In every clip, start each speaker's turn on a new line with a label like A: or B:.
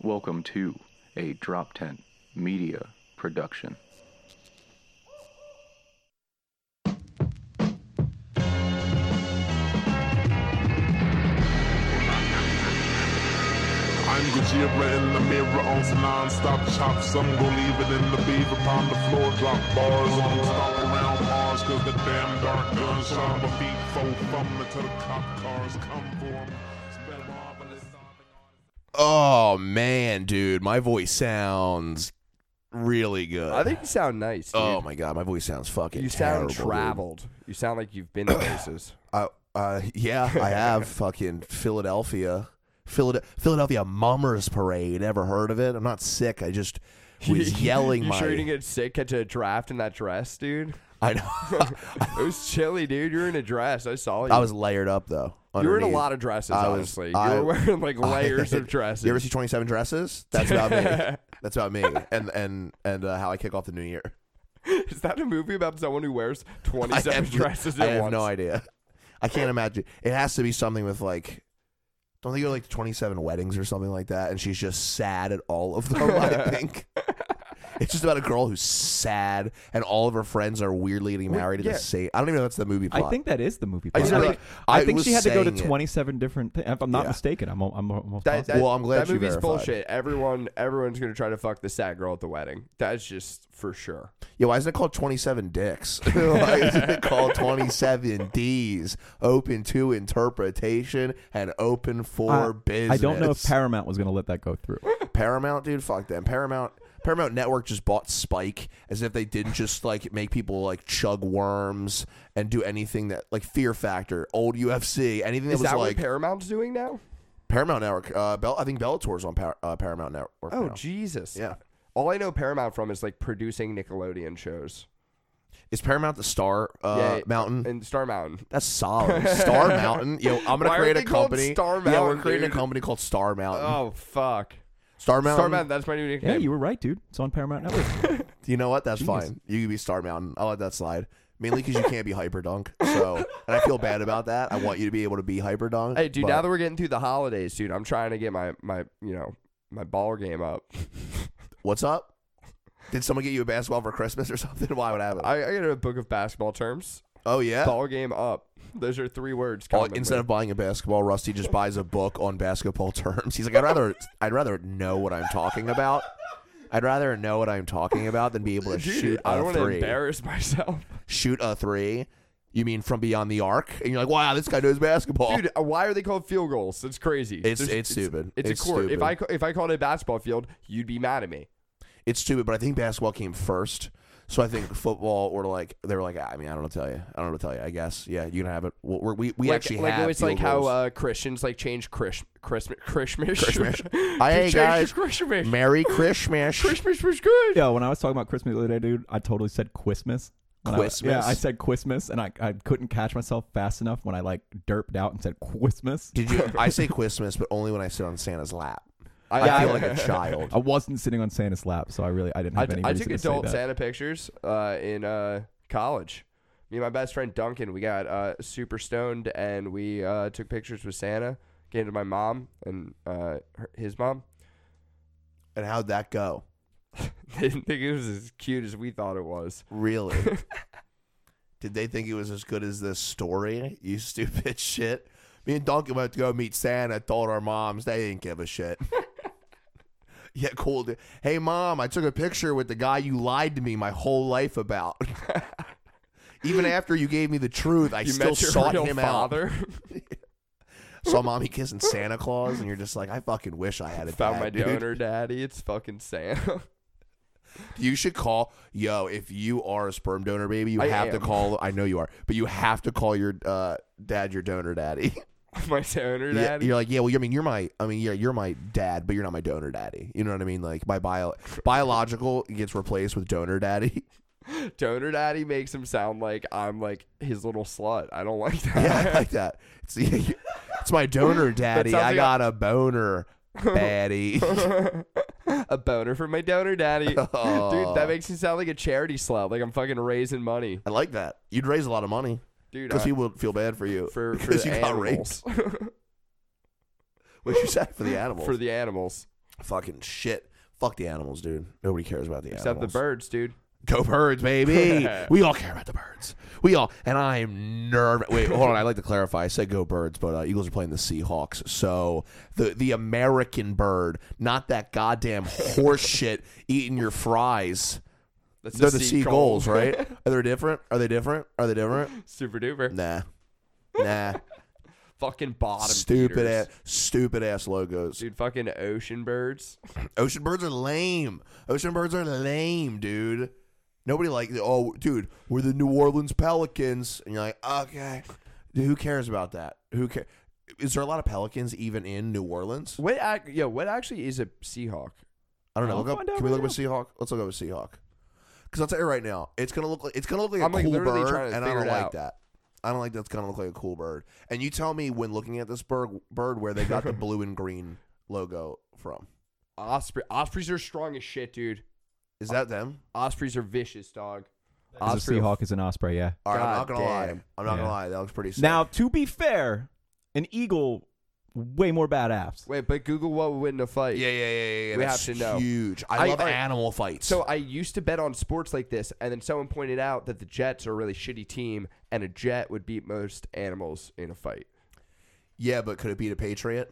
A: Welcome to a Drop Tent Media Production.
B: I'm Gojira in the mirror on some non-stop chops. Some gon' leave it in the beaver upon the floor, drop bars on stop around bars, cause the damn dark gun shot my feet full from until the cop cars come for 'em. It's been marvelous.
C: Oh man, dude, my voice sounds really good.
D: I think you sound nice. Dude.
C: oh my god, my voice sounds fucking.
D: you sound
C: terrible, dude.
D: traveled. You sound like you've been to places.
C: I, uh, yeah, I have fucking Philadelphia, Philadelphia, Philadelphia Mummers Parade. Ever heard of it? I'm not sick. I just was yelling
D: you
C: my.
D: sure you didn't get sick catch a draft in that dress, dude?
C: I know.
D: It was chilly, dude. You were in a dress. I saw you.
C: I was layered up though.
D: You were in a
C: underneath.
D: lot of dresses,
C: I was-
D: honestly.
C: I-
D: you were wearing like layers of dresses.
C: You ever see 27 dresses? That's about me. That's about me. And and and uh, how I kick off the new year.
D: Is that a movie about someone who wears
C: I
D: 27
C: have-
D: dresses at
C: I have
D: once?
C: no idea. I can't imagine. It has to be something with like. Don't they go to like 27 weddings or something like that? And she's just sad at all of them, I think. It's just about a girl who's sad and all of her friends are weirdly getting married to
E: yeah.
C: the same. I don't even know if that's the movie plot.
E: I think that is the movie.
C: I
E: plot.
C: just
E: I,
C: remember-
E: think, I
C: I
E: think
C: was
E: she had to go to
C: saying it.
E: 27 different things. If I'm not
C: Yeah.
E: mistaken, I'm, al- I'm, al- almost
D: That,
E: positive.
D: that-
C: Well, I'm glad
D: that
C: you
D: movie's
C: verified.
D: bullshit. Everyone, everyone's gonna try to fuck the sad girl at the wedding. That's just for sure.
C: Yeah, why isn't it called 27 dicks? why isn't it called 27 D's? Open to interpretation and open for business.
E: Uh, I don't know if Paramount was going to let that go through.
C: Paramount, dude, fuck them. Paramount Paramount Network just bought Spike as if they didn't just like make people like chug worms and do anything that like Fear Factor, old UFC, anything that
D: Is
C: was
D: that
C: like
D: what Paramount's doing now?
C: Paramount Network. Uh, Bell, I think Bellator's on Par- uh, Paramount Network.
D: Oh
C: now.
D: Jesus!
C: Yeah.
D: All I know Paramount from is like producing Nickelodeon shows.
C: is Paramount the Star uh,
D: Yeah,
C: Mountain?
D: and Star Mountain.
C: That's solid. Star Mountain. Yo, I'm gonna
D: Why are
C: create
D: they
C: a
D: called
C: company.
D: Star
C: yeah, we're
D: Mountain,
C: creating
D: dude?
C: a company called Star Mountain.
D: Oh fuck!
C: Star Mountain.
D: Star Mountain. That's my new nickname.
E: Yeah, you were right, dude. It's on Paramount Network.
C: You know what? That's
E: Genius.
C: fine. You can be Star Mountain. I'll let that slide. Mainly because you can't be hyper dunk. So, and I feel bad about that. I want you to be able to be hyper dunk.
D: hey, dude.
C: but-
D: Now that we're getting through the holidays, dude, I'm trying to get my my you know my ball game up.
C: what's up? Did someone get you a basketball for Christmas or something? Why would I have it?
D: I, I got a book of basketball terms.
C: oh yeah.
D: Ball game up. Those are three words.
C: Oh,
D: commonly.
C: instead of buying a basketball, Rusty just buys a book on basketball terms. He's like, I'd rather, I'd rather know what I'm talking about. I'd rather know what I'm talking about than be able to
D: Dude,
C: shoot
D: I
C: a
D: don't want to
C: three.
D: embarrass myself,
C: shoot a three. You mean from beyond the arc? And you're like, wow, this guy knows basketball.
D: dude. uh, Why are they called field goals? It's crazy.
C: It's-
D: There's-
C: it's stupid.
D: It's,
C: It's
D: a court. If
C: stupid.
D: I ca- if I called it a basketball field, you'd be mad at me.
C: it's stupid, but I think basketball came first. So I think football or like they were like, "Ah, I mean, I don't know, what to tell you, I don't know, what to tell you. I guess, yeah, you can have it. Well, we're, we we
D: like,
C: actually
D: like
C: have
D: it's
C: field
D: like
C: goals.
D: how uh, Christians like change Christmas Christmas Christmas.
C: Christmas.
D: You
C: Hey,
D: changed
C: guys.
D: Christmas.
C: Merry Christmas.
D: Christmas was good.
E: Yo, when I was talking about Christmas the other day, dude, I totally said Christmas. When I-
C: Christmas?
E: yeah, I said Christmas, and I, I couldn't catch myself fast enough when I like derped out and said Christmas.
C: Did you? I say Christmas, but only when I sit on Santa's lap. I,
D: Yeah,
C: feel
D: I-
C: like a child.
E: I wasn't sitting on Santa's lap, so I really I didn't
D: I
E: have
D: t-
E: any
D: I
E: reason
D: took
E: to say
D: adult
E: that.
D: Santa pictures uh, in uh, college. Me and my best friend Duncan, we got uh, super stoned and we uh, took pictures with Santa. Gave it to my mom and uh, her, his mom.
C: And how'd that go?
D: They didn't think it was as cute as we thought it was.
C: Really? Did they think it was as good as this story? You stupid shit. Me and Duncan went to go meet Santa. Told our moms they didn't give a shit. yeah, cool. Dude. Hey, mom, I took a picture with the guy you lied to me my whole life about. Even after you gave me the truth, I
D: you
C: still
D: met your
C: sought
D: real
C: him out.
D: father.
C: Saw mommy kissing Santa Claus, and you're just like, I fucking wish I had a
D: Found
C: dad,
D: my
C: dude.
D: donor daddy. It's fucking Santa.
C: You should call, yo. If you are a sperm donor, baby, you
D: I
C: have to
D: am.
C: call. I know you are, but you have to call your uh, dad your donor daddy.
D: my donor
C: Yeah,
D: daddy.
C: you're like, yeah. Well, I mean, you're my. I mean, yeah, you're my dad, but you're not my donor daddy. You know what I mean? Like my bio biological gets replaced with donor daddy.
D: Donor Daddy makes him sound like I'm like his little slut. I don't like that.
C: Yeah, like that. It's, it's my donor daddy.
D: sounds
C: I
D: like
C: got a boner, daddy.
D: a boner for my donor daddy. Dude, that makes me sound like a charity slut. Like I'm fucking raising money.
C: I like that. You'd raise a lot of money
D: Dude,
C: because
D: I,
C: people would feel bad for you
D: uh, for, for
C: because
D: the
C: you got raped.
D: animals.
C: What you said for the animals?
D: for the animals.
C: Fucking shit. Fuck the animals, dude. Nobody cares about the
D: Except the
C: animals.
D: birds, dude.
C: Go birds, baby. we all care about the birds. We all, and I am nervous. Wait, hold on. I'd like to clarify. I said go birds, but uh, Eagles are playing the Seahawks. So the the American bird, not that goddamn horse shit eating your fries.
D: That's
C: They're the seagulls, right? Are they different? Are they different? Are they different?
D: Super duper.
C: Nah. Nah.
D: Fucking bottom.
C: stupid
D: feeders.
C: ass, stupid ass logos.
D: Dude, fucking ocean birds.
C: Ocean birds are lame. Ocean birds are lame, dude. Nobody like oh, dude, we're the New Orleans Pelicans, and you're like, okay, Dude, who cares about that? Who cares? Is there a lot of pelicans even in New Orleans?
D: What? Ac- yeah. What actually is a seahawk?
C: I don't know.
E: I'll
C: Look up,
E: find out
C: can we
E: right
C: look up a Seahawk? Let's look up a Seahawk. Because I'll tell you right now, it's gonna look like it's gonna look like a
D: I'm, like,
C: cool
D: literally
C: bird,
D: trying to
C: and I
D: figure
C: don't
D: it
C: like
D: out.
C: that. I don't like that's gonna look like a cool bird. And you tell me when looking at this bird, bird where they got the blue and green logo from.
D: Osprey. Ospreys are strong as shit, dude.
C: Is that them?
D: Ospreys are vicious, dog.
E: As a
D: Osprey-
E: Seahawk is an osprey, yeah.
C: All right, I'm not
D: God
C: gonna lie.
D: damn.
C: I'm not gonna
E: Yeah.
C: lie. That looks pretty. Sick.
E: Now, to be fair, an eagle way more badass.
D: Wait, but Google what would win in a fight.
C: yeah, yeah, yeah, yeah. yeah,
D: We
C: that's
D: have to know.
C: Huge. I,
D: I-
C: love
D: all right.
C: animal fights.
D: So I used to bet on sports like this, and then someone pointed out that the Jets are a really shitty team, and a jet would beat most animals in a fight.
C: yeah, but could it be a patriot?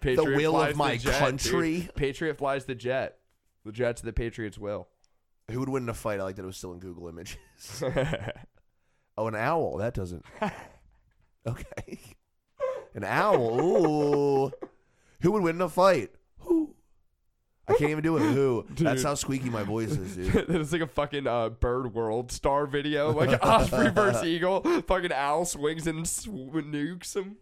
D: Patriot
C: will of
D: flies the
C: my
D: jet, dude.
C: country.
D: Patriot flies the jet. The jet's the Patriots' will.
C: Who would win in a fight? I like that it was still in Google Images.
D: Dude,
C: Oh, an owl. That doesn't. Okay. An owl. Ooh. Who would win in a fight? Who? I can't even do it. Who? That's how squeaky my voice is, dude.
D: it's like a fucking uh, Bird World star video, like Osprey versus Eagle. Fucking owl swings and sw- nukes him.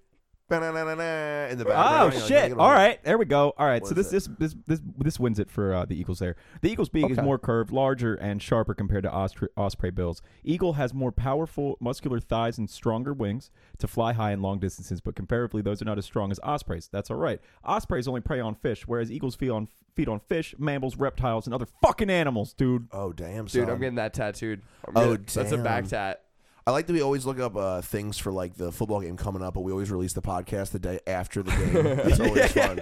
C: Ba-na-na-na-na In the
E: Oh
C: background. You're like,
E: shit!
C: you're gonna
E: All
C: win.
E: right, there we go. All right,
C: What
E: so
C: is
E: this, this this this this wins it for uh, the Eagles. There, the Eagle's beak is
D: Okay.
E: more curved, larger, and sharper compared to osprey, osprey bills. Eagle has more powerful, muscular thighs and stronger wings to fly high and long distances, but comparatively, those are not as strong as ospreys. That's all right. Ospreys only prey on fish, whereas eagles feed on feed on fish, mammals, reptiles, and other fucking animals, dude.
C: Oh damn,
D: Dude,
C: son.
D: I'm getting that tattooed. I'm
C: Oh,
D: getting- That's a back
C: damn.
D: tat.
C: I like that we always look up uh, things for like the football game coming up, but we always release the podcast the day after the game. That's always fun.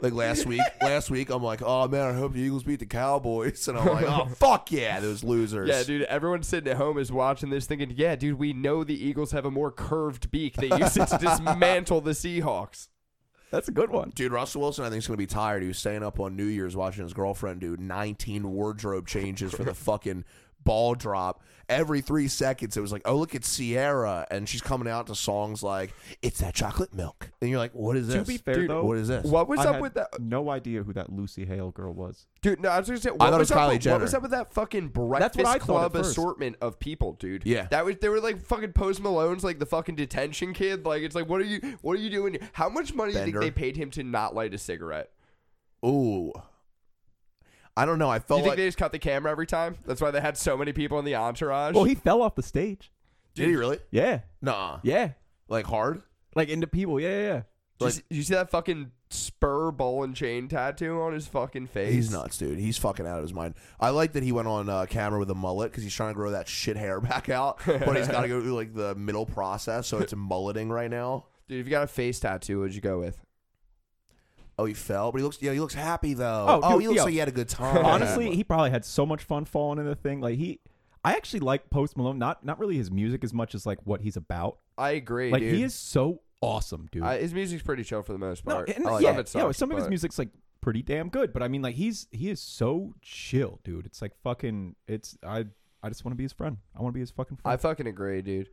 C: Like last week, last week I'm like, oh man, I hope the Eagles beat the Cowboys, and I'm like, oh fuck yeah, those losers.
D: Yeah, dude, everyone sitting at home is watching this thinking, yeah, dude, we know the Eagles have a more curved beak. They use it to dismantle the Seahawks.
E: That's a good one.
C: Dude, Russell Wilson, I think is going to be tired. He was staying up on New Year's watching his girlfriend do 19 wardrobe changes for the fucking ball drop. Every three seconds, it was like, oh, look, it's Sierra. And she's coming out to songs like, it's that chocolate milk. And you're like, what is this?
E: To be fair,
D: Dude,
E: though,
C: what is this?
D: What was
E: I
D: up
E: had
D: with that?
E: No idea who that Lucy Hale girl was.
D: Dude, no, I was gonna say, what,
C: thought it
D: was
C: was
D: up,
C: Kylie
D: with-
C: Jenner.
D: what was up with that fucking
E: what
D: Breakfast
E: I thought at
D: Club
E: first.
D: assortment of people, dude?
C: Yeah.
D: that was they were like fucking Post Malone's, like the fucking detention kid. Like, it's like, what are you, what are you doing? here? How much money do you
C: Bender.
D: think they paid him to not light a cigarette?
C: Ooh. I don't know. I
D: Do
C: felt
D: you think
C: like
D: they just cut the camera every time? That's why they had so many people in the entourage.
E: Well, he fell off the stage.
C: did he really?
E: Yeah,
C: Nah.
E: yeah,
C: Like hard?
E: like into people. Yeah, yeah, yeah.
D: Did you, see, you see that fucking spur ball and chain tattoo on his fucking face?
C: He's nuts, dude. He's fucking out of his mind. I like that he went on uh, camera with a mullet because he's trying to grow that shit hair back out, but he's got to go through like the middle process, so it's mulleting right now.
D: Dude, if you got a face tattoo, what'd you go with?
C: Oh, he fell, but he looks yeah, he looks happy though.
E: Oh,
C: Oh,
E: dude,
C: he looks
E: yo.
C: like he had a good time.
E: Honestly, he probably had so much fun falling in the thing. Like he, I actually like Post Malone. Not not really his music as much as like what he's about.
D: I agree,
E: like
D: dude.
E: he is so awesome, dude.
D: I, his music's pretty chill for the most
E: no,
D: part.
E: and-
D: I like
E: yeah,
D: it
E: yeah.
D: sucks,
E: Some of his
D: but-
E: music's like pretty damn good, but I mean, like he's he is so chill, dude. It's like fucking. It's I I just want to be his friend. I want to be his fucking
D: I
E: friend.
D: fucking agree, dude.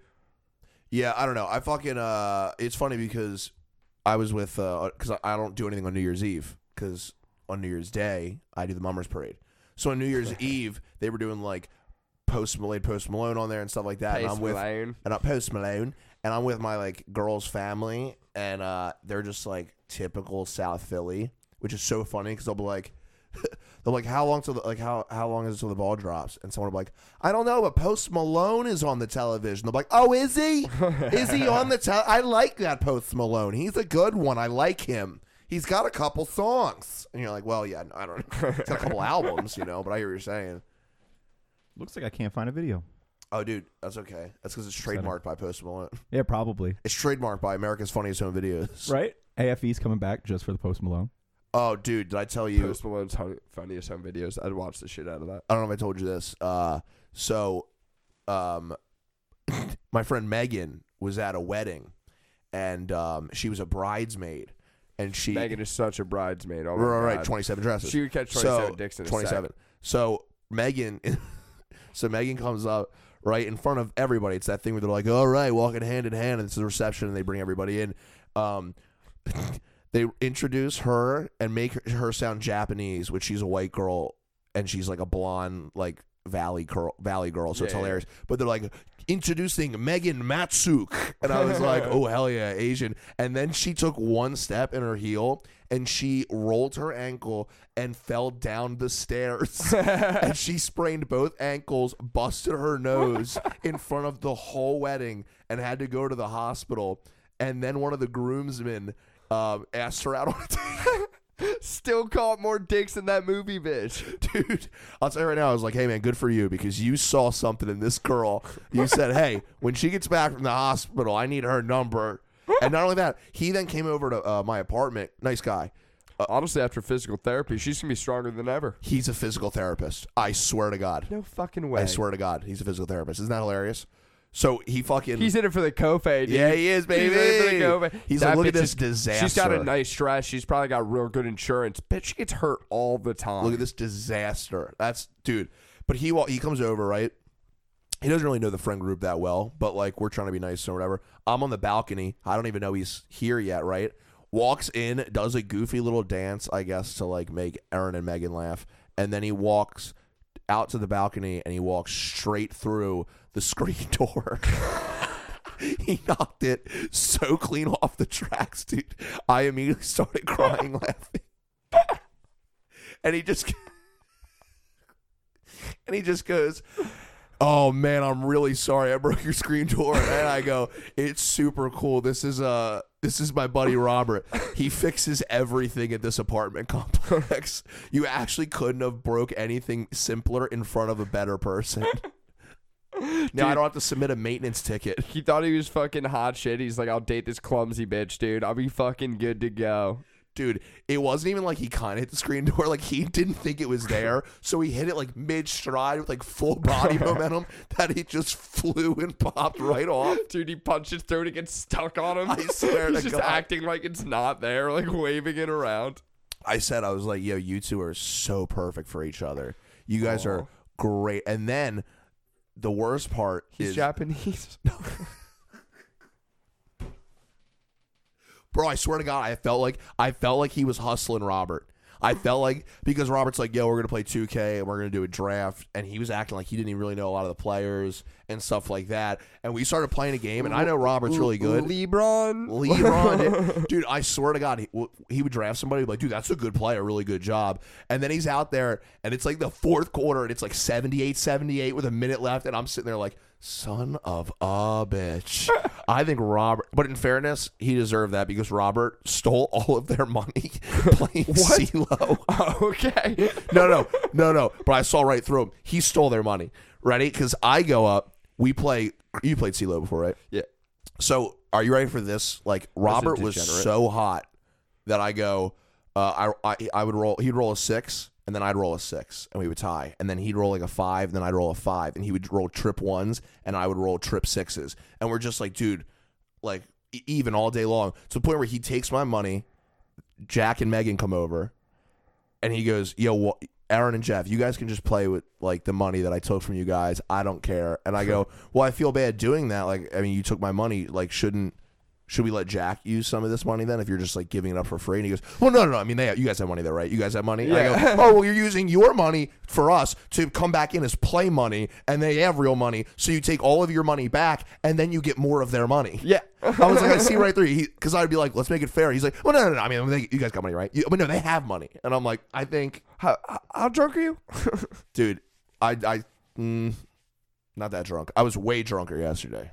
C: yeah, I don't know. I fucking uh, it's funny because I was with because I I don't do anything on New Year's Eve because on New Year's Day I do the Mummers Parade. So on New Year's Eve they were doing like post Malone, post Malone on there and stuff like that. and
D: Post
C: I'm with
D: Malone.
C: and I post Malone and I'm with my like girl's family and uh, they're just like typical South Philly, which is so funny because they'll be like. They're like, how long till the, like how how long is it till the ball drops? And someone will be like, I don't know, but Post Malone is on the television. They'll be like, Oh, is he? is he on the tel? I like that Post Malone. He's a good one. I like him. He's got a couple songs. And you're like, Well, yeah, I don't. know. He's got a couple albums, you know. But I hear what you're saying.
E: Looks like I can't find a video.
C: Oh, dude, that's okay. That's because it's trademarked by Post Malone.
E: Yeah, probably.
C: It's trademarked by America's Funniest Home Videos.
E: Right? AFE's coming back just for the Post Malone.
C: Oh, dude, did I tell you?
D: Post Malone's hun- funniest home videos. I'd watch the shit out of that.
C: I don't know if I told you this. Uh, so, um, my friend Megan was at a wedding, and um, she was a bridesmaid, and she
D: Megan is such a bridesmaid. Oh my
C: Right, right,
D: God.
C: twenty seven dresses.
D: She would catch
C: So,
D: 27 dicks in a sec.
C: Twenty-seven. So Megan, so Megan comes up right in front of everybody. It's that thing where they're like, "All right, walking hand in hand," and it's a reception, and they bring everybody in. Um, they introduce her and make her, her sound Japanese, which she's a white girl and she's like a blonde, like valley girl, valley girl. So it's
D: Yeah, yeah.
C: hilarious. But they're like introducing Megan Matsuk, and I was like, oh hell yeah, Asian. And then she took one step in her heel and she rolled her ankle and fell down the stairs, and she sprained both ankles, busted her nose in front of the whole wedding, and had to go to the hospital. And then one of the groomsmen um, asked her out on a date.
D: Still caught more dicks in that movie, bitch.
C: Dude, I'll tell you right now, I was like, hey, man, good for you because you saw something in this girl. You said, hey, when she gets back from the hospital, I need her number. And not only that, he then came over to uh, my apartment. Nice guy. Uh,
D: Honestly, after physical therapy, she's going to be stronger than ever.
C: He's a physical therapist. I swear to God.
D: No fucking way.
C: I swear to God, he's a physical therapist. Isn't that hilarious? So he fucking.
D: He's in it for the Kofe, dude.
C: Yeah, he is,
D: He's in it for the
C: baby.
D: Kofe.
C: He's like, look at
D: bitch
C: this
D: She's got
C: disaster.
D: a nice dress. She's probably got real good insurance. Bitch, she gets hurt all the time.
C: Look at this disaster. That's dude. But he wa- he comes over right. He doesn't really know the friend group that well, but like we're trying to be nice or whatever. I'm on the balcony. I don't even know he's here yet. Right. Walks in, does a goofy little dance, I guess, to like make Aaron and Megan laugh, and then he walks out to the balcony and he walks straight through the screen door. he knocked it so clean off the tracks, dude. I immediately started crying laughing. And he just and he just goes, "Oh man, I'm really sorry. I broke your screen door." And I go, "It's super cool. This is uh this is my buddy Robert. He fixes everything at this apartment complex. You actually couldn't have broke anything simpler in front of a better person." Now I don't have to submit a maintenance ticket.
D: He thought he was fucking hot shit. He's like, I'll date this clumsy bitch, dude. I'll be fucking good to go.
C: Dude, it wasn't even like he kind of hit the screen door. Like he didn't think it was there, so he hit it like mid stride with like full body momentum that he just flew and popped right off.
D: Dude, he punches through it and gets stuck on him.
C: I swear
D: He's
C: to
D: just
C: God.
D: acting like it's not there, like waving it around.
C: I said I was like, "Yo, you two are so perfect for each other. You guys are great." And then the worst part
D: He's
C: is,
D: Japanese.
C: bro, I swear to God, I felt like I felt like he was hustling Robert. I felt like because Robert's like, "Yo, we're gonna play 2K and we're gonna do a draft," and he was acting like he didn't even really know a lot of the players and stuff like that. And we started playing a game, and I know Robert's really good.
D: LeBron.
C: LeBron, dude, dude, I swear to God, he, w- he would draft somebody he'd be like, dude, that's a good player, really good job. And then he's out there, and it's like the fourth quarter, and it's like 78 78 with a minute left. And I'm sitting there like, son of a bitch. I think Robert, but in fairness, he deserved that because Robert stole all of their money playing CeeLo.
D: okay.
C: No, no, no, no. But I saw right through him. He stole their money. Ready? Because I go up, we play, you played CeeLo before, right?
D: Yeah.
C: So, are you ready for this? Like Robert was
D: degenerate.
C: so hot that I go, uh, I, I I would roll. He'd roll a six, and then I'd roll a six, and we would tie. And then he'd roll like a five, and then I'd roll a five, and he would roll trip ones, and I would roll trip sixes. And we're just like, dude, like e- even all day long to the point where he takes my money. Jack and Megan come over, and he goes, "Yo, what?" Aaron and Jeff, you guys can just play with like the money that I took from you guys. I don't care. And I go, well, I feel bad doing that. Like, I mean, you took my money. Like, shouldn't should we let Jack use some of this money then? If you're just like giving it up for free, and he goes, well, no, no, no. I mean, they you guys have money there, right? You guys have money. And I go, oh, well, you're using your money for us to come back in as play money, and they have real money. So you take all of your money back, and then you get more of their money.
D: Yeah.
C: I was like, I see right through you. Because I'd be like, let's make it fair. He's like, well, no, no, no. I mean, they, you guys got money, right? You, but no, they have money. And I'm like, I think,
D: How, how- how drunk are you?
C: dude, I, I, mm, not that drunk. I was way drunker yesterday.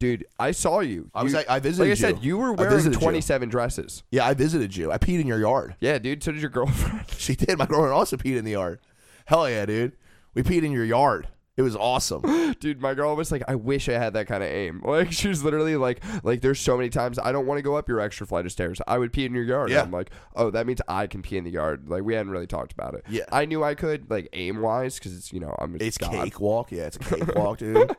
D: Dude, I saw you.
C: I was
D: You-
C: like, I visited
D: Like I
C: you.
D: said, you were wearing
C: visited you.
D: 27 dresses.
C: Yeah, I visited you. I peed in your yard.
D: Yeah, dude. So did your girlfriend.
C: She did. My girlfriend also peed in the yard. Hell yeah, dude. We peed in your yard. It was awesome.
D: Dude, my girl was like, I wish I had that kind of aim. Like she was literally like, like there's so many times I don't want to go up your extra flight of stairs. I would pee in your yard.
C: Yeah.
D: I'm like, oh, that means I can pee in the yard. Like we hadn't really talked about it.
C: Yeah.
D: I knew I could, like aim wise, because it's you know I'm a
C: It's
D: god.
C: cakewalk. Yeah, it's a cakewalk, dude.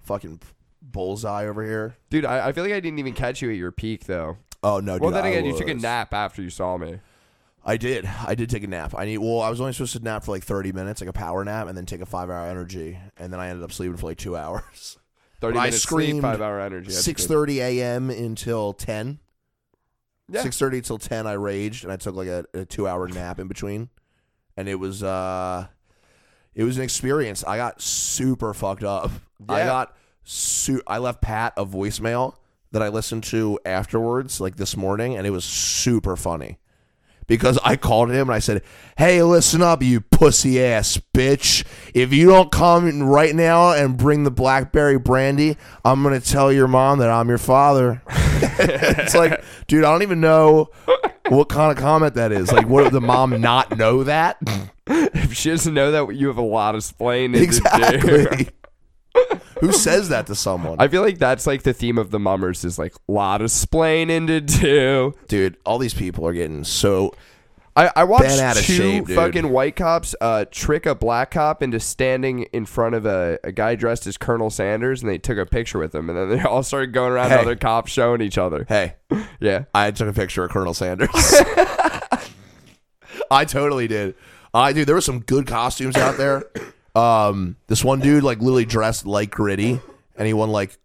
C: Fucking bullseye over here.
D: Dude, I, I feel like I didn't even catch you at your peak though.
C: Oh no, dude.
D: Well, then
C: I
D: again, you took a
C: was-
D: nap after you saw me.
C: I did. I did take a nap. I need. Well, I was only supposed to nap for like thirty minutes, like a power nap, and then take a five-hour energy, and then I ended up sleeping for like two hours.
D: Thirty
C: But I
D: minutes sleep,
C: screamed
D: five hour energy. That's
C: Six
D: good.
C: thirty a.m. until ten.
D: Yeah.
C: Six thirty till ten, I raged, and I took like a, a two-hour nap in between, and it was uh, it was an experience. I got super fucked up. I
D: Yeah.
C: got su- I left Pat a voicemail that I listened to afterwards, like this morning, and it was super funny. because I called him and I said, "Hey, listen up, you pussy ass bitch! If you don't come right now and bring the blackberry brandy, I'm gonna tell your mom that I'm your father." it's like, dude, I don't even know what kind of comment that is. Like, what would the mom not know that?
D: If she doesn't know that, you have a lot of explaining to do.
C: exactly. Who says that to someone?
D: I feel like that's like the theme of the mummers is like lot of splaining to do.
C: dude, all these people are getting so.
D: I, I watched
C: Bent out of
D: two
C: shape, dude.
D: fucking white cops uh, trick a black cop into standing in front of a, a guy dressed as Colonel Sanders, and they took a picture with him, and then they all started going around to
C: Hey.
D: other cops showing each other.
C: Hey,
D: Yeah,
C: I took a picture of Colonel Sanders. I totally did. I dude, there were some good costumes out there. Um, this one dude like literally dressed like gritty, and he won like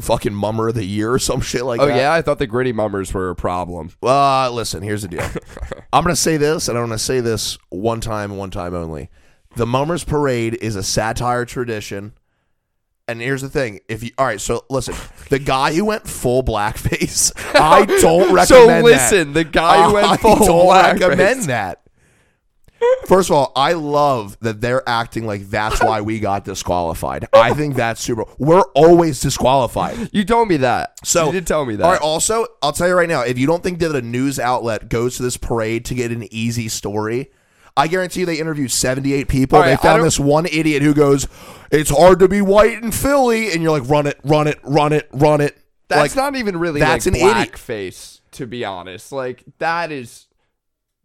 C: fucking mummer of the year or some shit like
D: Oh
C: that.
D: yeah, I thought the gritty mummers were a problem.
C: Uh, listen, here's the deal. I'm going to say this, and I'm going to say this one time, one time only. The Mummers Parade is a satire tradition. And here's the thing. If you all right, so listen, the guy who went full blackface, I don't recommend that.
D: listen, the guy who went
C: I
D: full
C: don't
D: blackface.
C: recommend that. First of all, I love that they're acting like that's why we got disqualified. I think that's super. We're always disqualified.
D: You told me that.
C: So
D: you did tell me that.
C: All right. Also, I'll tell you right now, if you don't think that a news outlet goes to this parade to get an easy story, I guarantee you they interviewed seventy-eight people.
D: All right,
C: they
D: I don't-
C: found this one idiot who goes, "It's hard to be white in Philly," and you're like, "Run it, run it, run it, run it."
D: that's
C: like,
D: not even really
C: that's
D: like
C: an idiot.
D: blackface, to be honest. Like that is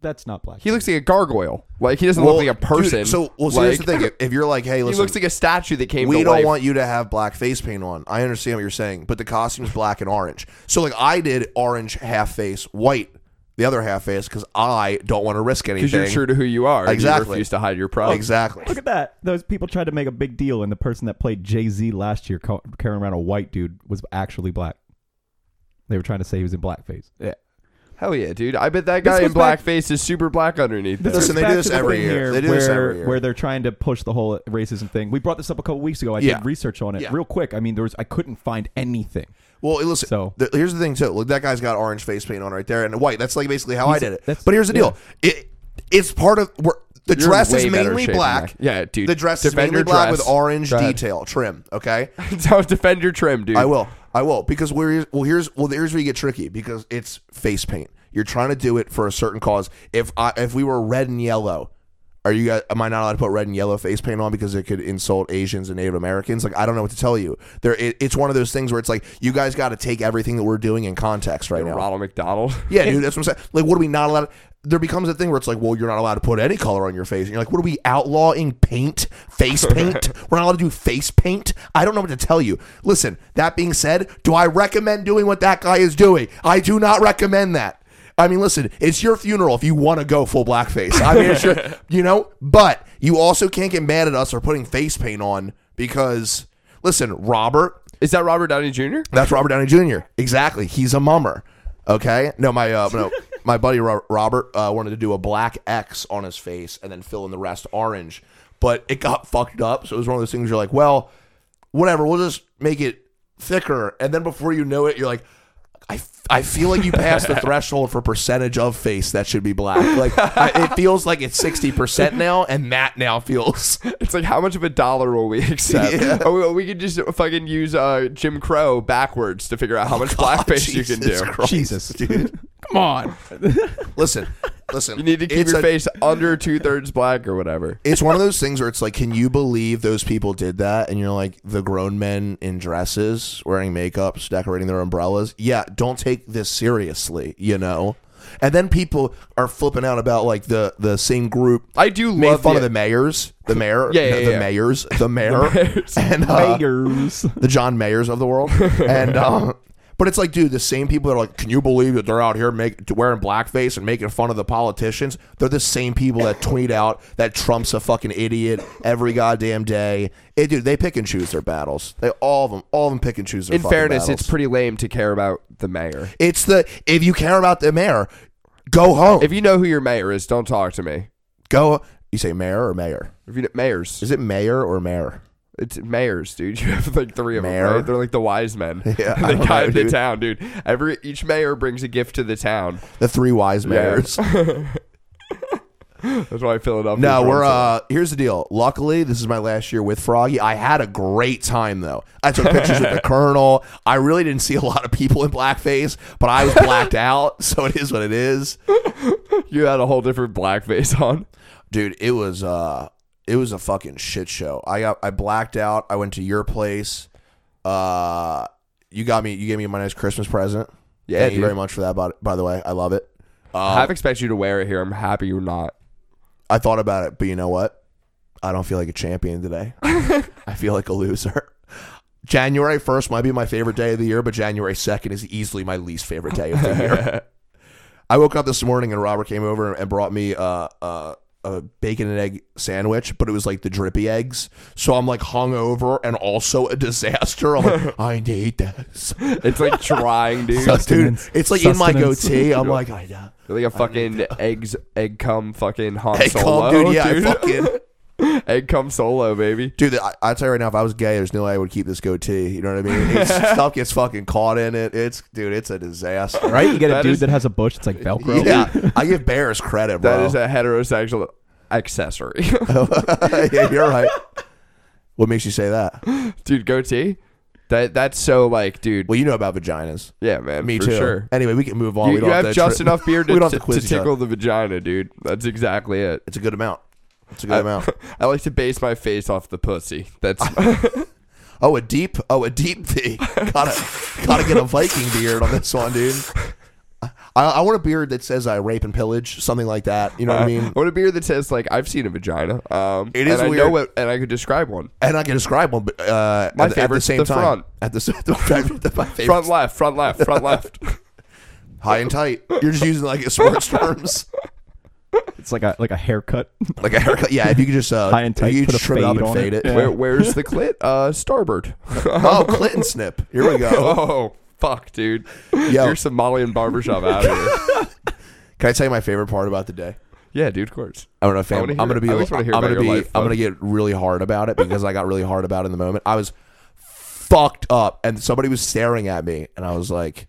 E: That's not black.
D: He looks like a gargoyle. Like he doesn't
C: well,
D: look like a
C: dude,
D: person.
C: so, well, so here's the
D: Like,
C: thing: if- if you're like, "Hey,
D: He
C: listen,"
D: looks like a statue that came.
C: we
D: to
C: don't
D: life.
C: want you to have black face paint on. I understand what you're saying, but the costume's black and orange. So like I did orange half face, white the other half face because I don't want to risk anything.
D: because you're true to who you are. and
C: Exactly.
D: You refuse to hide your pride.
C: Exactly.
E: Look at that. Those people tried to make a big deal, and the person that played Jay Z last year ca- carrying around a white dude was actually black. They were trying to say he was in blackface. Yeah.
D: Hell yeah, dude! I bet that guy
E: This
D: in
E: goes back-
D: blackface is super black underneath.
E: This
D: there.
C: Listen, they
E: goes
C: do
E: back
C: this
E: to the
C: every
E: thing
C: year.
E: here
C: They do
E: where,
C: this every year.
E: Where they're trying to push the whole racism thing. We brought this up a couple weeks ago. I
C: Yeah.
E: did research on it
C: Yeah.
E: real quick. I mean, there was I couldn't find anything.
C: Well, hey, listen.
E: So-
C: th- here's the thing too. Look, that guy's got orange face paint on right there and white. That's like basically how I did it.
E: that's-
C: But here's the deal. It it's part of we're, the
D: You're in
C: dress is
D: way better
C: mainly
D: shape than
C: black.
D: that. Yeah, dude.
C: The dress is
D: Defend
C: mainly
D: your
C: black
D: dress.
C: with orange
D: Go ahead.
C: detail trim. Okay.
D: so defend your trim, dude.
C: I will. I will because we're well. Here's well. Here's where you get tricky because it's face paint. You're trying to do it for a certain cause. If I if we were red and yellow, are you guys? Am I not allowed to put red and yellow face paint on because it could insult Asians and Native Americans? Like I don't know what to tell you. There, it, it's one of those things where it's like you guys got to take everything that we're doing in context right now.
D: Ronald McDonald.
C: Yeah, dude, that's what I'm saying. Like, what are we not allowed? There becomes a thing where it's like, well, you're not allowed to put any color on your face. And you're like, what are we outlawing? Paint, face paint. We're not allowed to do face paint. I don't know what to tell you. Listen, that being said, do I recommend doing what that guy is doing? I do not recommend that. I mean, listen, it's your funeral if you want to go full blackface. I mean, it's your, you know, but you also can't get mad at us for putting face paint on because, listen, Robert,
D: Is that Robert Downey Jr.?
C: that's Robert Downey Jr. Exactly. He's a mummer. Okay. No, my uh, no, my buddy Ro- Robert uh, wanted to do a black X on his face and then fill in the rest orange, but it got fucked up. So it was one of those things. You're like, well, whatever. We'll just make it thicker, and then before you know it, you're like. I, f- I feel like you passed the threshold for percentage of face that should be black. Like I, it feels like it's sixty percent now, and that now feels
D: It's like how much of a dollar will we accept?
C: Yeah.
D: Oh, we, we could just fucking use uh, Jim Crow backwards
C: Oh,
E: Oh,
D: to figure out how much blackface you can do.
E: Uh,
C: Jesus, dude. Come on. Listen, Listen,
D: You need to keep
C: it's
D: your
C: a-
D: face under two thirds black or whatever.
C: It's one of those things where it's like, can you believe those people did that? And you're like, the grown men in dresses, wearing makeups, decorating their umbrellas. Yeah, don't take this seriously, you know. And then people are flipping out about like the the same group
D: I do
C: made
D: love
C: fun
D: the,
C: of the mayors, the mayor,
D: Yeah, yeah,
C: the
D: yeah.
C: mayors, the mayor,
D: mayors.
C: and uh,
E: Mayors.
C: the John Mayers of the world. And um, but it's like, dude, the same people that are like, can you believe that they're out here make, wearing blackface and making fun of the politicians? They're the same people that tweet out that Trump's a fucking idiot every goddamn day. It, dude, they pick and choose their battles. They all of them, all of them pick and choose their.
D: In
C: fucking
D: fairness,
C: battles.
D: it's pretty lame to care about the mayor.
C: it's the if you care about the mayor, go home.
D: If you know who your mayor is, don't talk to me.
C: go. You say mayor or mayor?
D: If you know, mayors,
C: Is it mayor or mayor?
D: it's mayors, dude. You have like three of
C: Mayor?
D: them. Right? They're like the wise men.
C: Yeah, I
D: they
C: don't
D: guide
C: know,
D: the
C: dude.
D: town, dude. Every each mayor brings a gift to the town.
C: The three wise mayors.
D: That's why Philadelphia.
C: No, we're uh here's the deal. Luckily, this is my last year with Froggy. I had a great time though. I took pictures with the Colonel. I really didn't see a lot of people in blackface, but I was blacked out, so it is what it is.
D: you had a whole different blackface on.
C: Dude, it was uh it was a fucking shit show. I got I blacked out. I went to your place. Uh you got me you gave me my nice Christmas present.
D: Yeah,
C: Thank
D: dude.
C: you very much for that by, by the way. I love it. Uh,
D: I half expect you to wear it here. I'm happy you're not.
C: I thought about it, but you know what? I don't feel like a champion today. I feel like a loser. January 1st might be my favorite day of the year, but January 2nd is easily my least favorite day of the year. I woke up this morning and Robert came over and brought me uh, uh, a bacon and egg sandwich, but it was like the drippy eggs. So I'm like hungover and also a disaster. I'm like, I need this.
D: It's like trying, dude.
E: Sus-
C: Dude,
E: Sustenance.
C: it's like in my
E: Sustenance.
C: goatee. I'm like, I know.
D: You're like a fucking eggs egg cum fucking Han
C: Hey,
D: Solo,
C: calm, dude. Yeah,
D: dude.
C: I fucking.
D: egg cum solo, baby.
C: Dude, I, I tell you right now, if I was gay, there's no way I would keep this goatee. You know what I mean? It's, stuff gets fucking caught in it. It's dude, it's a disaster.
E: Right? You get a
D: That
E: dude
D: is-
E: that has a bush that's like Velcro.
C: Yeah, I give bears credit, bro.
D: That is a heterosexual accessory,
C: yeah, you're right. What makes you say that?
D: dude. Goatee. That that's so like, dude.
C: Well, you know about vaginas.
D: yeah, man.
C: Me
D: for
C: too.
D: Sure.
C: Anyway, we can move on.
D: You,
C: we
D: you
C: don't
D: have
C: to
D: just
C: tri-
D: enough beer
C: we
D: to,
C: don't have
D: to,
C: to, quiz
D: to
C: each other.
D: tickle the vagina, dude. That's exactly it.
C: It's a good amount. It's a
D: Uh,
C: good amount.
D: I like to base my face off the pussy. That's
C: Oh, a deep. Oh, a deep V. gotta gotta get a Viking beard on this one, dude. I, I want a beard that says I rape and pillage, something like that. You know what I mean?
D: I want a beer that says like I've seen a vagina. Um,
C: It is
D: and I know
C: weird.
D: what, and I could describe one.
C: and I can describe one, but uh,
D: My
C: at, the- at the
D: favorite's
C: same
D: the
C: time,
D: front.
C: at the, s- the, the, my favorite,
D: Front left, front left, front left.
C: high and tight. You're just using like a sports terms,
E: It's like a like a haircut.
C: like a haircut. Yeah, if you could just uh,
E: High and tight,
C: you
E: put
C: just
E: a
C: trim it up
E: fade
C: and
E: on
C: fade it.
E: it. Yeah.
D: Where, where's the clit? Uh, starboard.
C: Oh, Clinton snip. Here we go.
D: oh, fuck, dude.
C: Yo.
D: You're Somalian barbershop out of here.
C: Can I tell you my favorite part about the day?
D: Yeah, dude, of course.
C: I don't know, fam.
D: wanna
C: I'm
D: hear-
C: gonna be.
D: I
C: I'm
D: always wanna hear
C: gonna
D: about
C: be.
D: your life,
C: I'm
D: bud.
C: gonna get really hard about it because I got really hard about it in the moment. I was fucked up, and somebody was staring at me, and I was like,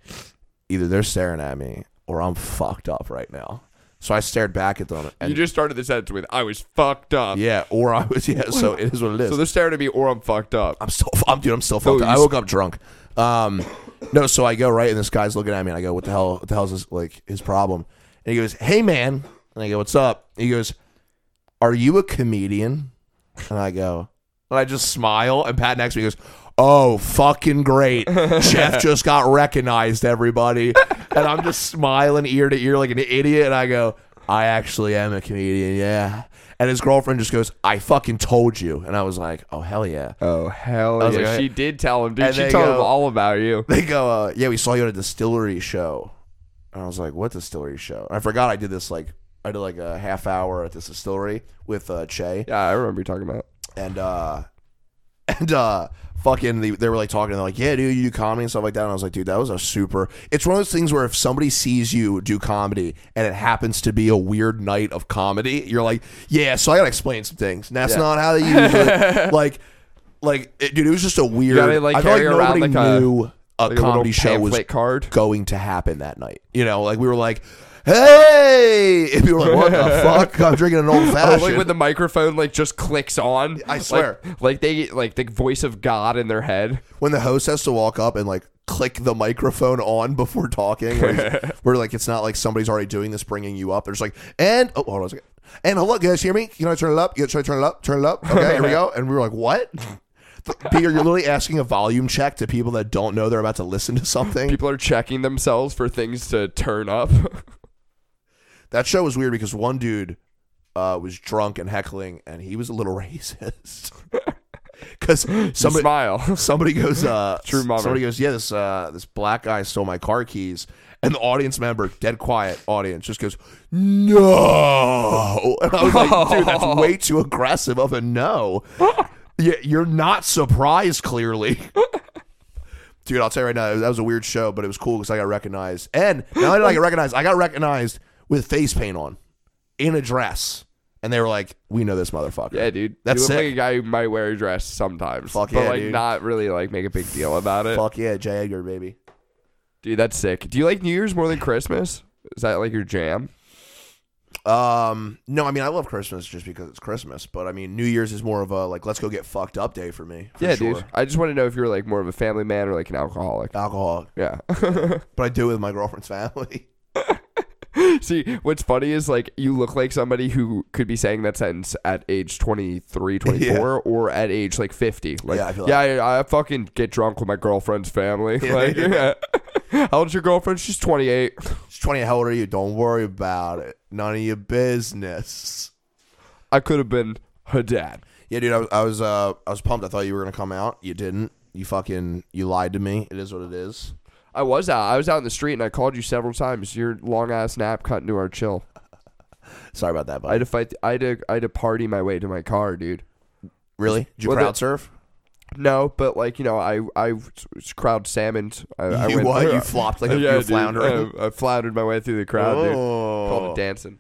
C: either they're staring at me or I'm fucked up right now. So I stared back at them, and
D: you just started the sentence with "I was fucked up."
C: yeah, or I was yeah. So it is what it is.
D: So they're staring at me, or I'm fucked up.
C: I'm still, I'm dude, I'm still fucked.
D: Oh, you
C: up. I
D: s-
C: woke up drunk. Um, no, so I go right, and this guy's looking at me, and I go, "What the hell? What the hell is this? Like his problem?" And he goes, "Hey, man," and I go, "What's up?" he goes, "Are you a comedian?" And I go, and I just smile, and Pat next to me goes, "Oh, fucking great! Jeff just got recognized, everybody." And I'm just smiling ear to ear like an idiot, and I go, "I actually am a comedian, yeah." And his girlfriend just goes, "I fucking told you," and I was like, "Oh hell yeah."
D: Oh hell
C: was
D: yeah!
C: like,
D: she did tell him, dude.
C: And
D: She
C: they
D: told him
C: go-
D: all about you.
C: they go, uh, yeah, we saw you at a distillery show. And I was like, what distillery show? I forgot I did this like I did like a half hour at this distillery with uh Che
D: Yeah, I remember you talking about.
C: and uh and uh fucking they, they were like talking they're like yeah dude you do comedy and stuff like that and i was like dude that was a super it's one of those things where if somebody sees you do comedy and it happens to be a weird night of comedy you're like yeah so i gotta explain some things and that's not how they use it like like it, dude it was just a weird
D: gotta, like,
C: i felt
D: carry
C: like
D: around,
C: nobody
D: like, a-
C: knew a,
D: Like a
C: comedy
D: little
C: show was
D: pamphlet card.
C: going to happen that night you know like we were like hey and people were like what the fuck i'm drinking an old
D: Oh, like
C: fashioned
D: when the microphone like just clicks on.
C: I
D: Like-
C: swear.
D: Like, they like the voice of God in their head.
C: when the host has to walk up and like click the microphone on before talking. Where, where, like it's not like somebody's already doing this, bringing you up. There's like and oh hold on a second. And hello, can you guys hear me? Can I turn it up? You guys try to turn it up? Turn it up. Okay, here we go. And we were like, what? Peter, you're literally asking a volume check to people that don't know they're about to listen to something.
D: People are checking themselves for things to turn up.
C: That show was weird because one dude uh, was drunk and heckling, and he was a little racist. Because
D: Somebody,
C: somebody
D: smile.
C: somebody goes, uh,
D: True mother.
C: Somebody goes, yeah, this uh, this black guy stole my car keys, and the audience member, dead quiet audience, just goes, no. And I was like, dude, that's way too aggressive of a no. yeah, you're not surprised, clearly. Dude, I'll tell you right now, that was a weird show, but it was cool because I got recognized. And not only did I get recognized, I got recognized with face paint on, in a dress, and they were like, "We know this motherfucker."
D: yeah, dude.
C: That's
D: you look like
C: sick.
D: a guy who might wear a dress sometimes.
C: Fuck
D: but
C: yeah,
D: like
C: dude.
D: not really like make a big deal about it.
C: Fuck yeah, J. Edgar, baby.
D: Dude, that's sick. Do you like New Year's more than Christmas? Is that like your jam?
C: Um, no, I mean I love Christmas just because it's Christmas, but I mean New Year's is more of a like let's go get fucked up day for me. for
D: yeah,
C: sure.
D: dude. Uh, I just want to know if you're like more of a family man or like an alcoholic.
C: Alcohol,
D: Yeah.
C: but I do it with my girlfriend's family.
D: See, what's funny is like you look like somebody who could be saying that sentence at age 23, 24 or at age like 50. Like,
C: Yeah, I
D: yeah,
C: feel
D: I, I fucking get drunk with my girlfriend's family. like, How old's your girlfriend? She's 28.
C: She's twenty. How old are you? Don't worry about it. None of your business.
D: I could have been her dad.
C: Yeah, dude, I was, I was, uh, I was pumped. I thought you were gonna come out. You didn't. You fucking, you lied to me. It is what it is.
D: I was out. I was out in the street and I called you several times. Your long ass nap cut into our chill.
C: Sorry about that,
D: I
C: buddy.
D: had to fight. I had to, I had to party my way to my car, dude.
C: really? Did you
D: Well,
C: crowd
D: the-
C: surf?
D: No, but like you know, I I was crowd salmoned. I, I
C: you
D: went
C: what?
D: through-
C: You flopped like a
D: Yeah,
C: you
D: dude.
C: floundering.
D: I, I floundered my way through the crowd, dude. Called
C: Oh.
D: it dancing.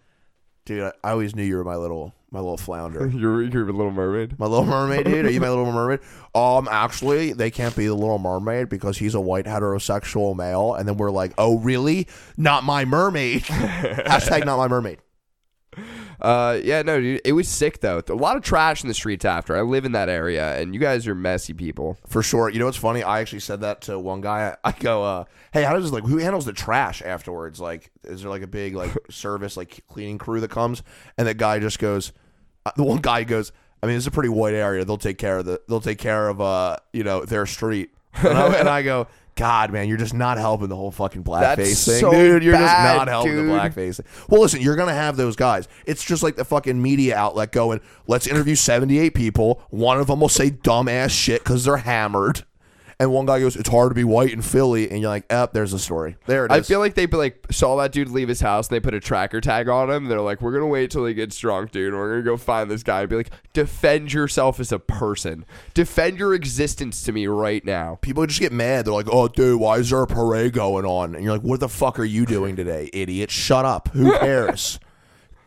C: Dude, I, I always knew you were my little, my little flounder.
D: You're, you're a little mermaid.
C: My little mermaid, dude. Are you my little mermaid? Um, actually, they can't be the little mermaid because he's a white heterosexual male. And then we're like, oh, really? Not my mermaid. Hashtag not my mermaid.
D: Uh, yeah, no, dude. It was sick though. A lot of trash in the streets after. I live in that area, and you guys are messy people.
C: For sure. You know what's funny? I actually said that to one guy. I, I go, uh, hey, how does like who handles the trash afterwards? Like, is there like a big like service like cleaning crew that comes? And the guy just goes, uh, the one guy goes, I mean, it's a pretty white area. They'll take care of the they'll take care of uh you know their street. And I, and I go. God, man, you're just not helping the whole fucking blackface
D: That's
C: thing,
D: so
C: dude. You're
D: bad,
C: just not helping
D: dude.
C: the blackface thing. Well, listen, you're gonna have those guys. It's just like the fucking media outlet going, "Let's interview 78 people. One of them will say dumb ass shit because they're hammered." And one guy goes, "It's hard to be white in Philly," and you're like, "Up, there's the story. There it is."
D: I feel like they like saw that dude leave his house and they put a tracker tag on him. They're like, "We're gonna wait till he gets drunk, dude. and We're gonna go find this guy and be like, defend yourself as a person. Defend your existence to me right now."
C: people just get mad. They're like, "Oh, dude, why is there a parade going on?" And you're like, "What the fuck are you doing today, idiot? Shut up. Who cares?"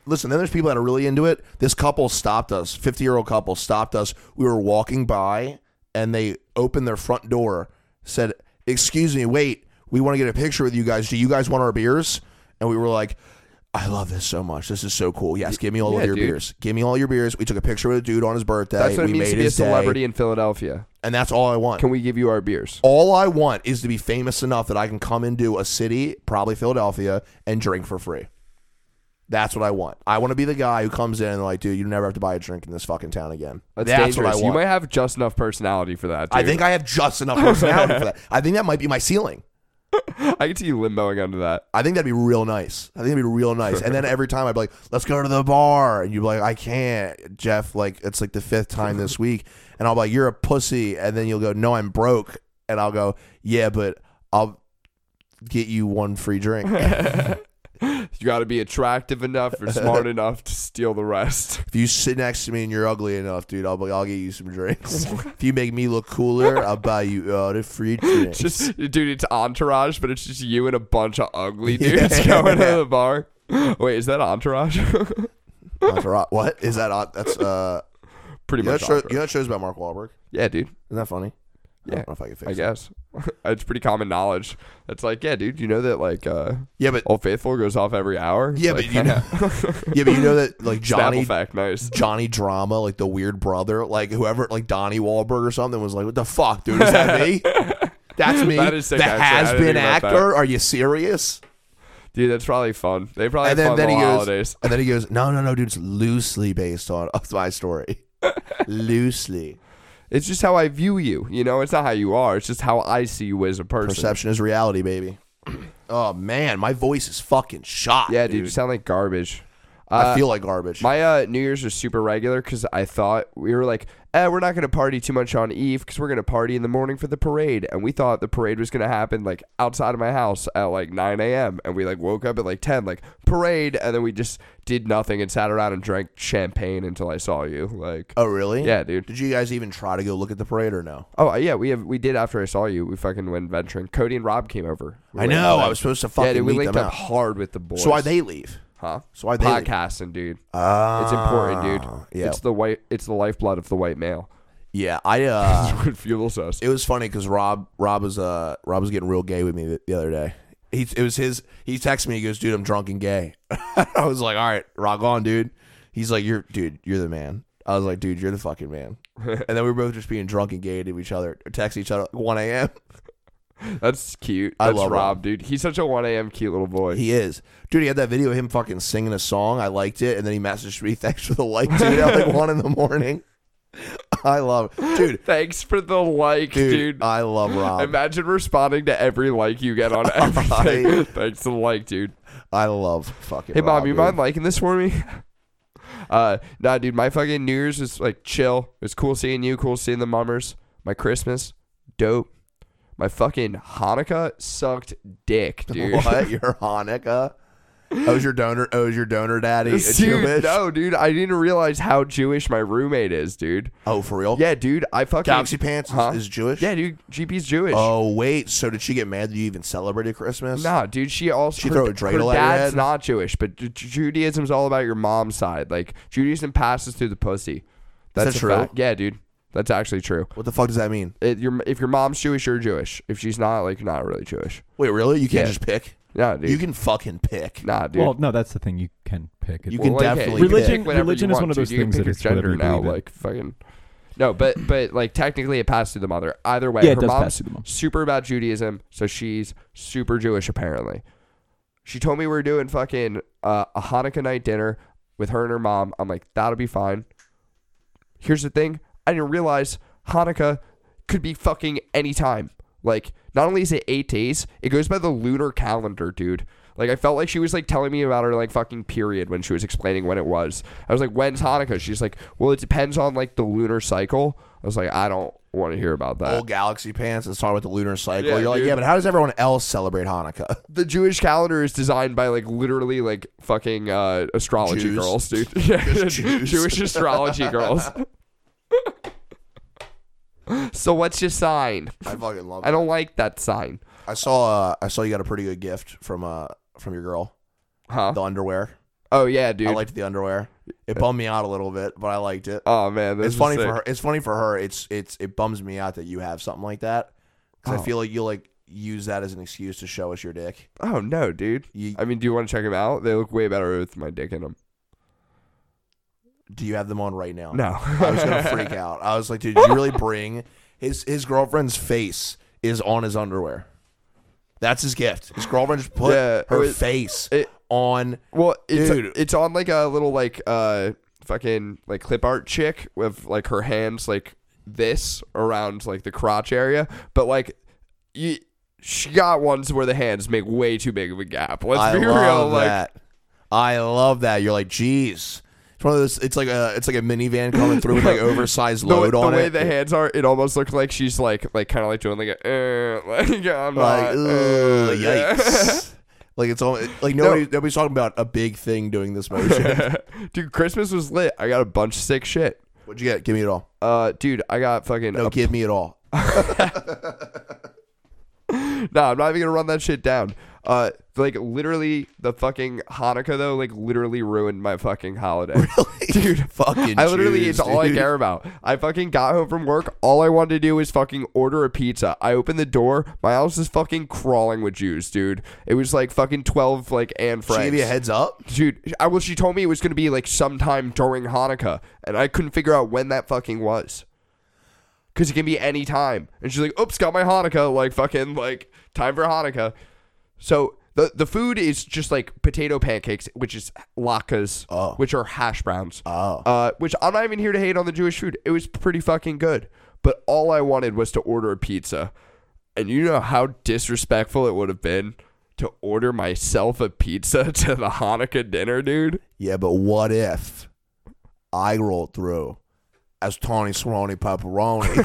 C: Listen, then there's people that are really into it. This couple stopped us. 50 year old couple stopped us. We were walking by and they opened their front door, said, Excuse me, wait, we want to get a picture with you guys. Do you guys want our beers? And we were like, I love this so much. This is so cool. Yes, give me all
D: yeah,
C: of your
D: dude.
C: beers. Give me all your beers. We took a picture with a dude on his birthday.
D: That's what
C: we
D: it means
C: made
D: to be a
C: his day,
D: celebrity in Philadelphia.
C: and that's all I want.
D: Can we give you our beers?
C: All I want is to be famous enough that I can come into a city, probably Philadelphia, and drink for free. That's what I want. I want to be the guy who comes in and like, dude, you never have to buy a drink in this fucking town again.
D: That's,
C: what I
D: dangerous.
C: want.
D: You might have just enough personality for that. Dude.
C: I think I have just enough personality for that. I think that might be my ceiling.
D: I can see you limboing under that.
C: I think that'd be real nice. I think it'd be real nice. And then every time I'd be like, let's go to the bar. And you'd be like, I can't, Jeff. Like, it's like the fifth time this week. And I'll be like, you're a pussy. And then you'll go, no, I'm broke. And I'll go, yeah, but I'll get you one free drink.
D: You got to be attractive enough or smart enough to steal the rest.
C: If you sit next to me and you're ugly enough, dude, I'll, I'll get you some drinks. if you make me look cooler, I'll buy you all the free drinks.
D: Just, dude, it's entourage, but it's just you and a bunch of ugly dudes going to the bar. Wait, is that entourage?
C: Entourage- what is that? on- That's uh,
D: Pretty
C: you know,
D: much.
C: that show,
D: Entourage.
C: you know that show's about Mark Wahlberg.
D: yeah, dude.
C: Isn't that funny? I
D: Yeah,
C: don't know if I can fix
D: I
C: it.
D: guess it's pretty common knowledge. It's like, yeah, dude, you know that like uh,
C: Yeah, but
D: Old Faithful goes off every hour. It's
C: yeah,
D: like,
C: but you know, yeah, but you know that like
D: Johnny
C: Johnny
D: fact, nice.
C: Johnny Drama, like the weird brother, like whoever, like Donnie Wahlberg or something, was like, "What the fuck, dude? Is that me?" That's me.
D: That is sick,
C: the
D: actually. I didn't
C: has been
D: think about that.
C: actor. Are you serious?
D: Dude, that's probably fun. They probably
C: and
D: have
C: then,
D: fun
C: then he
D: little
C: goes,
D: holidays.
C: and then he goes, no, no, no, dude, it's loosely based on of my story. loosely,
D: It's just how I view you. You know, it's not how you are. It's just how I see you as a person.
C: perception is reality, baby. oh man, my voice is fucking shot.
D: Yeah, dude, you sound like garbage. Uh,
C: I feel like garbage.
D: My uh, New Year's was super regular because I thought we were like, eh, we're not going to party too much on Eve because we're going to party in the morning for the parade. And we thought the parade was going to happen like outside of my house at like 9 a.m. And we like woke up at like 10, like parade. And then we just did nothing and sat around and drank champagne until I saw you. Like,
C: oh really?
D: yeah, dude.
C: Did you guys even try to go look at the parade or no?
D: Oh, yeah, we have we did after I saw you. We fucking went venturing. Cody and Rob came over. We
C: I
D: went
C: know.
D: out.
C: I was supposed to
D: Yeah,
C: fucking
D: dude, we
C: meet
D: linked
C: them
D: up
C: out.
D: hard with the boys.
C: So why they leave?
D: Huh?
C: So why they leave?
D: podcasting, dude.
C: Ah,
D: It's important, dude.
C: Oh, Yeah,
D: It's the white. It's the lifeblood of the white male.
C: yeah. I uh,
D: That's what fuels us.
C: it was funny because Rob Rob was uh Rob was getting real gay with me the, the other day. He it was his he texted me he goes dude I'm drunk and gay. I was like all right rock on dude. He's like you're dude you're the man. I was like dude you're the fucking man. and then we were both just being drunk and gay to each other, text each other at 1 a.m.
D: That's cute.
C: I
D: That's
C: love
D: Rob,
C: Rob.
D: dude. He's such a 1 a.m. cute little boy.
C: He is dude. He had that video of him fucking singing a song. I liked it, and then he messaged me thanks for the like dude at like one in the morning. I love it. dude.
D: Thanks for the like,
C: Dude,
D: dude.
C: I um, love Rob.
D: Imagine responding to every like you get on everything. Thanks for the like, dude.
C: I love fucking.
D: Hey,
C: Rob,
D: mom, you
C: dude.
D: mind liking this for me? uh, nah, dude. My fucking New Year's was like chill. It was cool seeing you. Cool seeing the mummers. My Christmas, dope. My fucking Hanukkah sucked dick, dude.
C: What? Your Hanukkah? O's your donor? O's your donor daddy? A Jewish?
D: Dude, no, dude, I didn't realize how Jewish my roommate is, dude.
C: Oh, for real?
D: Yeah, dude, I fucking
C: Galaxy Pants is- is Jewish?
D: Yeah, dude, GP's Jewish.
C: Oh wait. So did she get mad that you even celebrated Christmas?
D: Nah, dude, she also
C: She
D: her,
C: throw a
D: her
C: dreidel at your
D: dad's
C: head?
D: not Jewish, but Ju- Ju- Judaism's all about your mom's side. Like Judaism passes through the pussy.
C: that
D: That's a
C: true?
D: fact. Yeah, dude, that's actually true.
C: What the fuck does that mean?
D: It, your, if your mom's Jewish, you're Jewish. If she's not, like, you're not really Jewish.
C: Wait, really? You can't
D: Yeah.
C: just pick?
D: Nah, dude.
C: You can fucking pick.
D: nah, dude.
E: Well, no, that's the thing you can pick. It's
C: You can
D: Well, like, hey,
C: definitely
D: you can
E: Religion-
D: pick whatever
E: religion
D: you
E: is
D: want
E: one of
D: to,
E: those
D: dude. You can
E: things
D: pick
E: that
D: your
E: it's whatever
D: gender
E: you
D: now,
E: believe in.
D: like fucking. No, but but like technically it passed through the mother. Either way,
E: Yeah, it
D: her
E: does pass
D: mom's
E: through the mom.
D: super about Judaism, so she's super Jewish apparently. She told me we were doing fucking uh, a Hanukkah night dinner with her and her mom. I'm like, that'll be fine. Here's the thing: I didn't realize Hanukkah could be fucking any time. Like, not only is it eight days, it goes by the lunar calendar, dude. Like, I felt like she was like telling me about her like fucking period when she was explaining when it was. I was like, "When's Hanukkah?" She's like, "Well, it depends on like the lunar cycle." I was like, "I don't want to hear about that."
C: Old Galaxy Pants. Let's talk about the lunar cycle.
D: Yeah,
C: You're like,
D: dude.
C: yeah, but how does everyone else celebrate Hanukkah?
D: the Jewish calendar is designed by like literally like fucking uh, astrology
C: Jews.
D: girls, dude. Yeah,
C: Jews.
D: Jewish astrology girls. so what's your sign?
C: I fucking love.
D: I
C: it.
D: don't like that sign.
C: I saw. Uh, I saw you got a pretty good gift from uh from your girl.
D: Huh?
C: The underwear.
D: Oh yeah, dude.
C: I liked the underwear. It bummed me out a little bit, but I liked it.
D: oh man, this
C: it's
D: is
C: funny
D: sick.
C: for her. It's funny for her. It's it's it bums me out that you have something like that because I feel like you like use that as an excuse to show us your dick.
D: Oh no, dude.
C: You,
D: I mean, do you want to check them out? They look way better with my dick in them.
C: do you have them on right now?
D: No.
C: Oh. I was gonna freak out. I was like, dude, did you really bring his his girlfriend's face is on his underwear. That's his gift. His girlfriend just put
D: Yeah, it
C: her
D: was-
C: face
D: it-
C: on.
D: Well, it's
C: Dude.
D: it's on like a little like uh fucking like clip art chick with like her hands like this around like the crotch area, but like you she got ones where the hands make way too big of a gap. Let's
C: I
D: be real,
C: love
D: like
C: that. I love that. You're like, geez. It's one of those. It's like a. It's like a minivan coming through with like oversized
D: the,
C: load
D: the
C: on
D: way
C: it.
D: the hands are, it almost looks like she's like like kind of like doing like a eh, like I'm
C: like
D: not
C: "Ugh,
D: eh, yeah."
C: yikes. like it's all like nobody nobody's talking about a big thing doing this motion.
D: Dude, Christmas was lit. I got a bunch of sick shit.
C: What'd you get? Give me it all.
D: Uh, dude, I got fucking
C: No,
D: a
C: give me it all.
D: No, I'm not even gonna run that shit down. Uh, like literally the fucking Hanukkah though, like literally ruined my fucking holiday, dude.
C: Fucking.
D: I literally,
C: Jews,
D: it's all I
C: dude.
D: care about. I fucking got home from work. All I wanted to do was fucking order a pizza. I opened the door. My house is fucking crawling with Jews, dude. It was like fucking 12, like, and
C: She
D: Franks.
C: gave you a heads up.
D: Dude, I, well, she told me it was going to be like sometime during Hanukkah, and I couldn't figure out when that fucking was. because it can be any time. And she's like, "Oops, got my Hanukkah." Like fucking like time for Hanukkah. So the the food is just like potato pancakes, which is latkes,
C: Oh.
D: which are hash browns.
C: Oh.
D: Uh, which I'm not even here to hate on the Jewish food. It was pretty fucking good. But all I wanted was to order a pizza. And you know how disrespectful it would have been to order myself a pizza to the Hanukkah dinner, dude?
C: Yeah, but what if I rolled through as Tony Swanee Pepperoni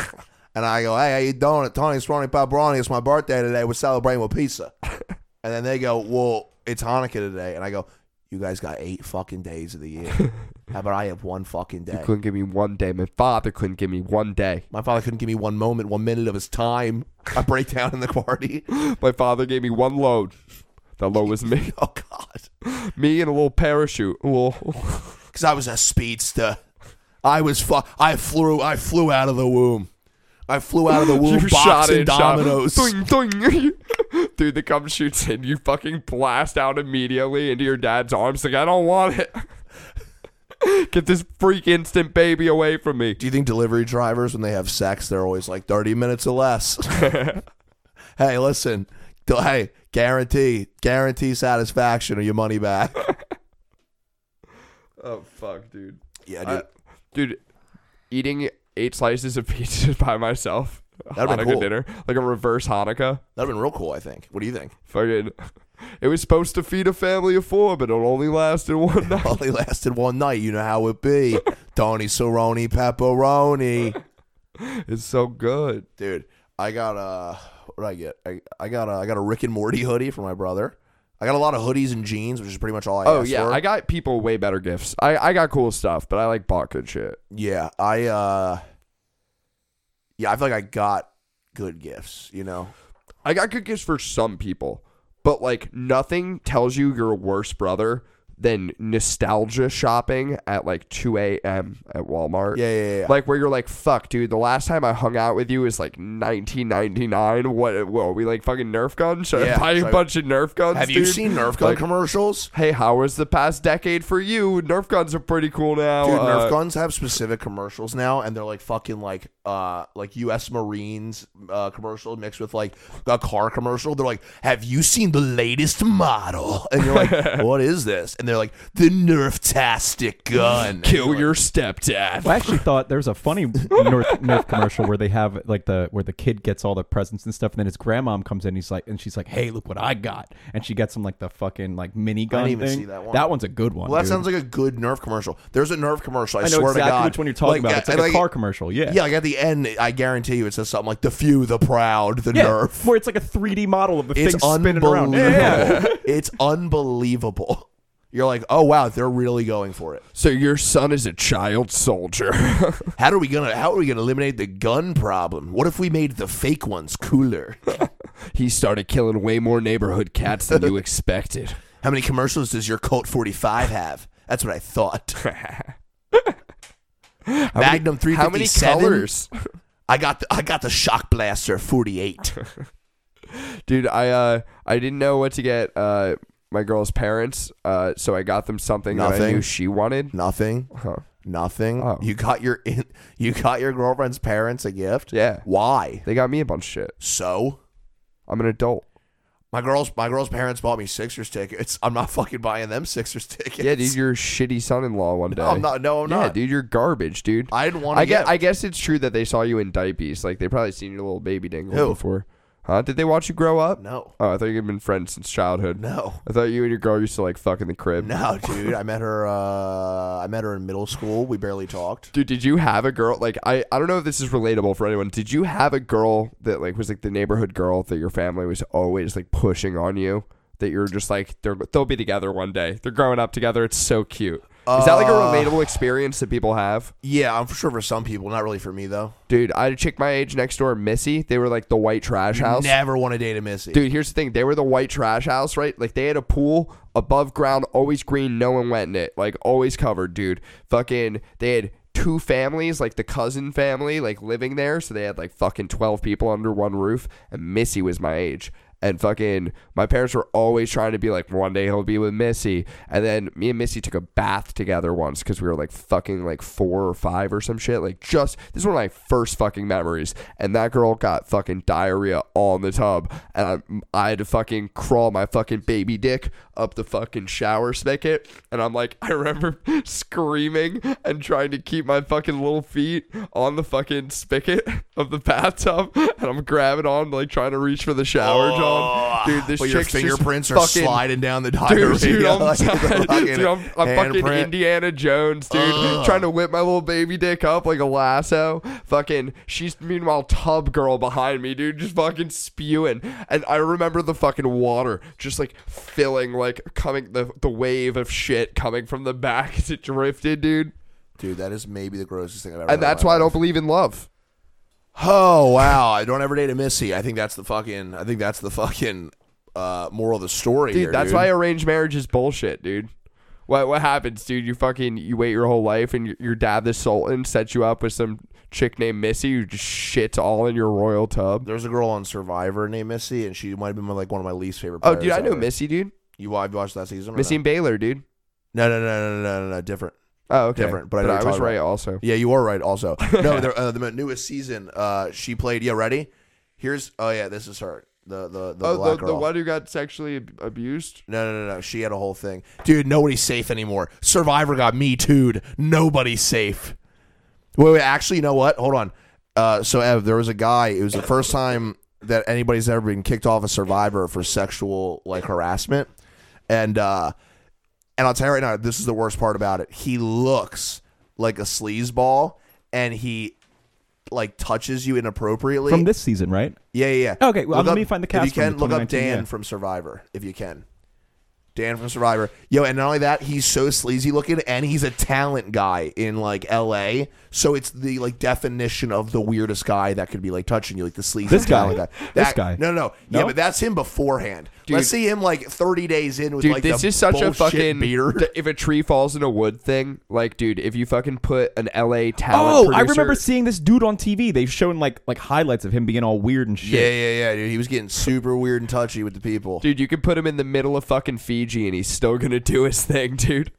C: and I go, hey, how you doing? At Tony Swanee Pepperoni, it's my birthday today. We're celebrating with pizza. And then they go, well, it's Hanukkah today. And I go, you guys got eight fucking days of the year. How about I have one fucking day?
D: Couldn't give me one day. My father couldn't give me one day.
C: My father couldn't give me one moment, one minute of his time. I break down in the party.
D: My father gave me one load. That load was me.
C: Oh, God.
D: Me and a little parachute. A little
C: because I was a speedster. I was fu- I flew. I flew out of the womb. I flew out of the womb.
D: you shot
C: boxing
D: in shot-
C: dominoes.
D: Doing, doing. Dude, the cum shoots in. You fucking blast out immediately into your dad's arms. Like, I don't want it. Get this freak instant baby away from me.
C: Do you think delivery drivers, when they have sex, they're always like thirty minutes or less? hey, listen. d- Hey, guarantee, guarantee satisfaction or your money back.
D: Oh, fuck, dude.
C: Yeah,
D: I- dude, eating eight slices of pizza by myself.
C: That'd
D: Hanukkah
C: been cool.
D: dinner. Like a reverse Hanukkah.
C: that'd been real cool. I think. What do you think?
D: Fucking. It was supposed to feed a family of four, but it only lasted one night.
C: Only lasted one night. You know how it be. Tony Cerrone pepperoni.
D: It's so good.
C: dude. I got a what did I get? I, I got a I got a Rick and Morty hoodie for my brother. I got a lot of hoodies and jeans, which is pretty much all I.
D: Oh
C: asked
D: yeah,
C: for.
D: I got people way better gifts. I, I got cool stuff, but I like bought good shit.
C: yeah. I uh, yeah. I feel like I got good gifts. You know,
D: I got good gifts for some people, but like nothing tells you your worse brother than nostalgia shopping at like 2 a.m. at Walmart.
C: Yeah, yeah, yeah.
D: Like where you're like, fuck, dude, the last time I hung out with you is like 1999. What? Whoa, we like fucking Nerf guns? Should
C: Yeah,
D: I buy you
C: so-
D: a bunch of Nerf guns?
C: have you
D: dude?
C: seen Nerf gun
D: Like,
C: commercials?
D: Hey, how was the past decade for you? Nerf guns are pretty cool
E: Oh,
D: now.
C: Dude, Nerf
D: Uh,
C: guns have specific commercials now, and they're like fucking like uh like U.S. Marines uh, commercial mixed with like a car commercial. They're like, "Have you seen the latest model?" And you're like, "What is this?" And they're like, "The Nerf Tastic gun." And
D: Kill
C: you're
D: your stepdad.
E: Well, I actually thought there was a funny North Nerf commercial where they have like the where the kid gets all the presents and stuff, and then his grandmom comes in. And he's like, and she's like, "Hey, look what I got!" And she gets him like the fucking like mini gun.
C: even
E: thing.
C: see that one.
E: That one's a good one.
C: Well, that
E: dude.
C: sounds like a good Nerf commercial. There's a Nerf commercial. I,
E: I know
C: swear
E: exactly
C: to God,
E: which one you're talking about. It's like a car commercial. Yeah,
C: Yeah, like at the end, I guarantee you, it says something like "the few, the proud, the
E: Yeah,
C: Nerf."
E: Where it's like a 3D model of the
C: It's
E: thing spinning
C: unbelievable.
E: around. Yeah, yeah, yeah.
C: it's unbelievable. You're like, oh wow, they're really going for it.
D: So your son is a child soldier.
C: How are we gonna How are we gonna eliminate the gun problem? What if we made the fake ones cooler?
D: he started killing way more neighborhood cats than you expected.
C: How many commercials does your Colt 45 have? That's what I thought. Magnum 357.
D: How many colors?
C: I got the, I got the Shock Blaster 48.
D: Dude, I uh I didn't know what to get uh my girl's parents, uh so I got them something that I
C: Nothing?
D: knew she wanted.
C: Nothing. Nothing.
D: Oh.
C: You got your in, you got your girlfriend's parents a gift.
D: Yeah.
C: Why?
D: They got me a bunch of shit.
C: So
D: I'm an adult.
C: my girls my girls' parents bought me Sixers tickets. I'm not fucking buying them Sixers tickets.
D: Yeah, dude, you're a shitty son-in-law one day.
C: I'm not- no, I'm
D: yeah,
C: not.
D: dude, you're garbage, dude.
C: I didn't want
D: I
C: to
D: guess,
C: get.
D: I guess it's true that they saw you in diapers. Like they probably seen your little baby dingle
C: Who?
D: before. Huh? Did they watch you grow up?
C: no,
D: Oh, I thought you'd been friends since childhood.
C: no.
D: I thought you and your girl used to like fuck in the crib.
C: No, dude. I met her. Uh, I met her in middle school. We barely talked.
D: Dude, did you have a girl like I, I don't know if this is relatable for anyone. Did you have a girl that like was like the neighborhood girl that your family was always like pushing on you? That you're just like they're they'll be together one day. They're growing up together. It's so cute. Is that like a
C: Uh,
D: relatable experience that people have?
C: Yeah, I'm for sure for some people, not really for me though.
D: Dude, I had a chick my age next door, Missy. They were like the white trash house.
C: Never want to date a Missy.
D: Dude, here's the thing. They were the white trash house, right? Like they had a pool above ground, always green, no one went in it. Like always covered, dude. Fucking they had two families, like the cousin family, like living there, so they had like fucking 12 people under one roof, and Missy was my age. And fucking, my parents were always trying to be like, one day he'll be with Missy. And then me and Missy took a bath together once because we were like fucking like four or five or some shit. Like, just this is one of my first fucking memories. And that girl got fucking diarrhea on the tub. And I, I had to fucking crawl my fucking baby dick up the fucking shower spigot. And I'm like, I remember screaming and trying to keep my fucking little feet on the fucking spigot of the bathtub. And I'm grabbing on, like trying to reach for the shower, John. Dude, this
C: but Oh. your
D: chick's just
C: fingerprints are
D: fucking-
C: sliding down the diarrhea.
D: Dude, dude, I'm,
C: like the
D: sorry.
C: fucking
D: Dude, I'm, I'm fucking
C: handprint.
D: Indiana Jones, dude. Trying to whip my little baby dick up like a lasso. Fucking, she's meanwhile tub girl behind me, dude, just fucking spewing. And I remember the fucking water just like filling, like coming the the wave of shit coming from the back as it drifted, dude.
C: Dude, that is maybe the grossest thing I've ever.
D: And
C: had in
D: that's
C: my
D: why I
C: life.
D: don't believe in love.
C: Oh wow! I don't ever date a Missy. I think that's the fucking. I think that's the fucking uh, moral of the story.
D: Dude,
C: here,
D: that's
C: dude.
D: why arranged marriage is bullshit, dude. What what happens, dude? You fucking you wait your whole life, and your, your dad, the Sultan, sets you up with some chick named Missy who just shits all in your royal tub.
C: There's a girl on Survivor named Missy, and she might have been like one of my least favorite.
D: Oh,
C: players
D: dude, I know
C: ever.
D: Missy, dude.
C: You I've watched that season. or
D: Missy
C: No,
D: and Baylor, dude.
C: no, no, no, no, no, no, no, different.
D: Oh, okay.
C: Different, but I know what you're
D: was
C: talking
D: right
C: about.
D: also.
C: Yeah, you are right. Also, no, the, uh, the newest season, uh, she played. Yeah, ready? Here's. Oh yeah, this is her. The the the
D: Oh,
C: black
D: the, the
C: girl.
D: one who got sexually ab- abused.
C: No, no, no, no. She had a whole thing. Dude, nobody's safe anymore. Survivor got me too'd. Nobody's safe. Wait, wait, actually, you know what? Hold on. Uh, so, Ev, there was a guy. It was the first time that anybody's ever been kicked off a Survivor for sexual like harassment, and uh, and I'll tell you right now, this is the worst part about it. He looks like a sleazeball, and he like touches you inappropriately.
E: From this season, right?
C: Yeah, yeah. yeah.
E: Okay, well,
C: Look
E: let me find the cast
C: If you
E: from
C: can
E: the
C: look up
E: 2019,
C: Dan
E: yeah.
C: from Survivor, if you can. Dan from Survivor. Yo, and not only that, he's so sleazy looking, and he's a talent guy in like L.A. So it's the like definition of the weirdest guy that could be like touching you, like the sleazy
E: This guy?
C: talent guy. That,
E: This guy?
C: No, no, no. Yeah,
E: No?
C: but that's him beforehand. Let's see him like thirty days in with
D: Dude,
C: like
D: this
C: the
D: is such a
C: bullshit
D: fucking
C: beard.
D: d- if a tree falls in a wood thing. Like, dude, if you fucking put an LA
E: Oh,
D: talent.
E: I remember
D: producer-
E: seeing this dude on TV. They've shown like like highlights of him being all weird and
C: Yeah,
E: shit.
C: yeah, yeah, dude. He was getting super weird and touchy with the people, dude.
D: Dude, you could put him in the middle of fucking Fiji and he's still gonna do his thing, dude.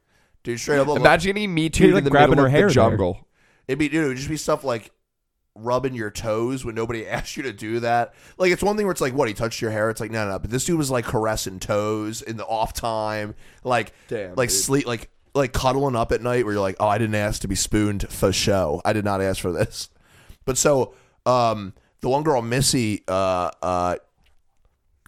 C: straight up, look,
D: Imagine he me too
E: He's,
D: in
E: like,
D: the
E: grabbing
D: middle
E: her
D: of
E: hair
D: the
E: there.
D: jungle.
C: It'd be dude, it'd just be stuff like rubbing your toes when nobody asked you to do that. Like it's one thing where it's like, what, he touched your hair? It's like, no, no, no. But this dude was like caressing toes in the off time, like
D: Damn,
C: like
D: dude.
C: sleep like like cuddling up at night where you're like, Oh, I didn't ask to be spooned for show. I did not ask for this. But so um the one girl Missy uh uh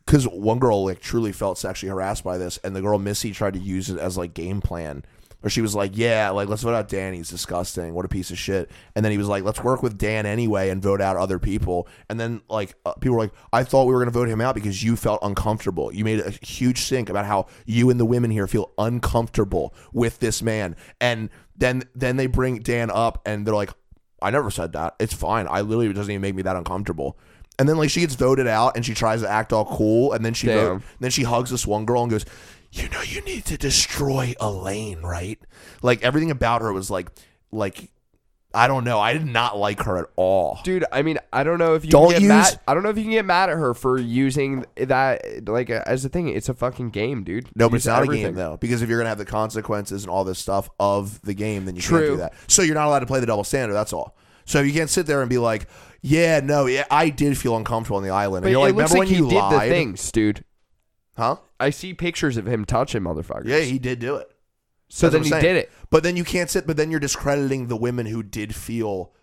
C: because one girl like truly felt sexually harassed by this, and the girl Missy tried to use it as like game plan, where she was like, "Yeah, like let's vote out Dan. He's disgusting. What a piece of shit." And then he was like, "Let's work with Dan anyway and vote out other people." And then like uh, people were like, "I thought we were gonna vote him out because you felt uncomfortable. You made a huge sink about how you and the women here feel uncomfortable with this man." And then then they bring Dan up, and they're like, I never said that. It's fine. I literally it doesn't even make me that uncomfortable. And then like she gets voted out and she tries to act all cool and then she
D: Damn.
C: vote, then she hugs this one girl and goes, "You know you need to destroy Elaine, right?" Like everything about her was like like I don't know. I did not like her at all.
D: Dude, I mean, I don't know if you
C: Don't
D: can get
C: use-
D: mad. I don't know if you can get mad at her for using that like uh, as a thing. It's a fucking game, dude.
C: No, but
D: Use
C: it's not a
D: everything.
C: game though, because if you're gonna have the consequences and all this stuff of the game, then you can't do
D: True.
C: that. So you're not allowed to play the double standard. That's all. So you can't sit there and be like, "Yeah, no, yeah, I did feel uncomfortable on the island."
D: But
C: and you're
D: it
C: like,
D: looks
C: "Remember
D: like
C: when
D: he
C: you
D: did
C: lied?"
D: the things, dude.
C: Huh?
D: I see pictures of him touching motherfuckers.
C: Yeah, he did do it.
D: so
C: That's
D: then
C: what
D: he
C: I'm saying.
D: did it.
C: But then you can't sit. But then you're discrediting the women who did feel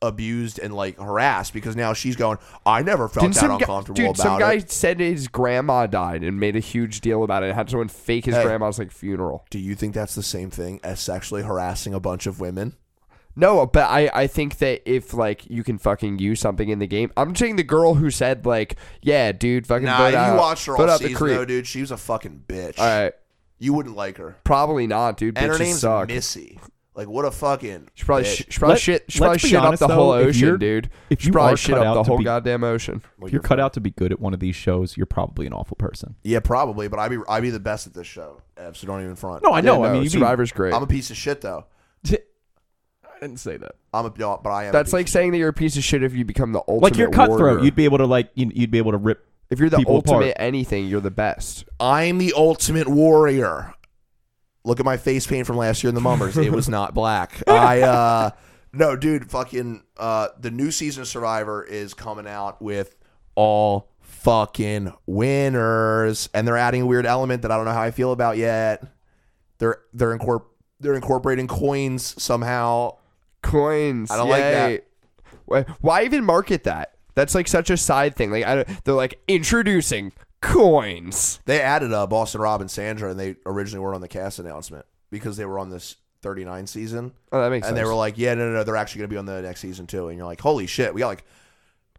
C: abused and like harassed because now she's going. I never felt
D: Didn't
C: that
D: some guy,
C: uncomfortable
D: dude,
C: about
D: some guy
C: it.
D: said his grandma died and made a huge deal about it. Had someone fake his
C: Hey.
D: grandma's like funeral.
C: Do you think that's the same thing as sexually harassing a bunch of women?
D: No, but I, I think that if like you can fucking use something in the game, I'm saying the girl who said like, yeah, dude, fucking.
C: Nah,
D: vote
C: you
D: out,
C: watched her
D: vote
C: all
D: out the
C: season
D: creep.
C: though, dude. She was a fucking bitch.
D: All right,
C: You wouldn't like her.
D: probably not, dude.
C: And her
D: Bitches
C: name's
D: suck.
C: Missy. Like what a fucking.
D: She probably,
C: bitch.
D: sh- she probably
E: Let-
D: shit, she
E: let's
D: probably
E: be
D: shit
E: honest,
D: up the whole
E: though, if
D: ocean,
E: you're-
D: dude.
E: if
D: she
E: you
D: probably
E: are
D: shit
E: cut
D: up the
E: out to
D: whole
E: be-
D: goddamn ocean.
E: If you're cut out to be good at one of these shows, you're probably an awful person.
C: yeah, probably. But I'd be I'd be the best at this show. Ev, So don't even front.
E: No, I know.
D: Yeah,
E: I mean, you'd be-
D: Survivor's great.
C: I'm a piece of shit though.
E: I didn't say that.
C: I'm a no, but I am. a
D: That's
C: piece
D: like saying that you're a piece of shit if you become the ultimate
E: Like you're cutthroat.
D: warrior.
E: You'd be able to like you'd you'd be able to rip
D: If you're the
E: people
D: ultimate
E: apart.
D: anything, you're the best.
C: I'm the ultimate warrior. Look at my face paint from last year in the Mummers. It was not black. I uh no, dude, fucking uh the new season of Survivor is coming out with all fucking winners and they're adding a weird element that I don't know how I feel about yet. They're they're incorp- they're incorporating coins somehow.
D: Coins.
C: I don't like
D: yay.
C: that.
D: Why, why even market that? That's like such a side thing. Like I don't, they're like introducing coins.
C: They added uh, Boston Rob and Sandra and they originally were on the cast announcement because they were on this 39 season.
D: Oh, that makes
C: and they
D: sense.
C: were like, "Yeah, no, no, no, they're actually going to be on the next season too." And you're like, "Holy shit, we got like,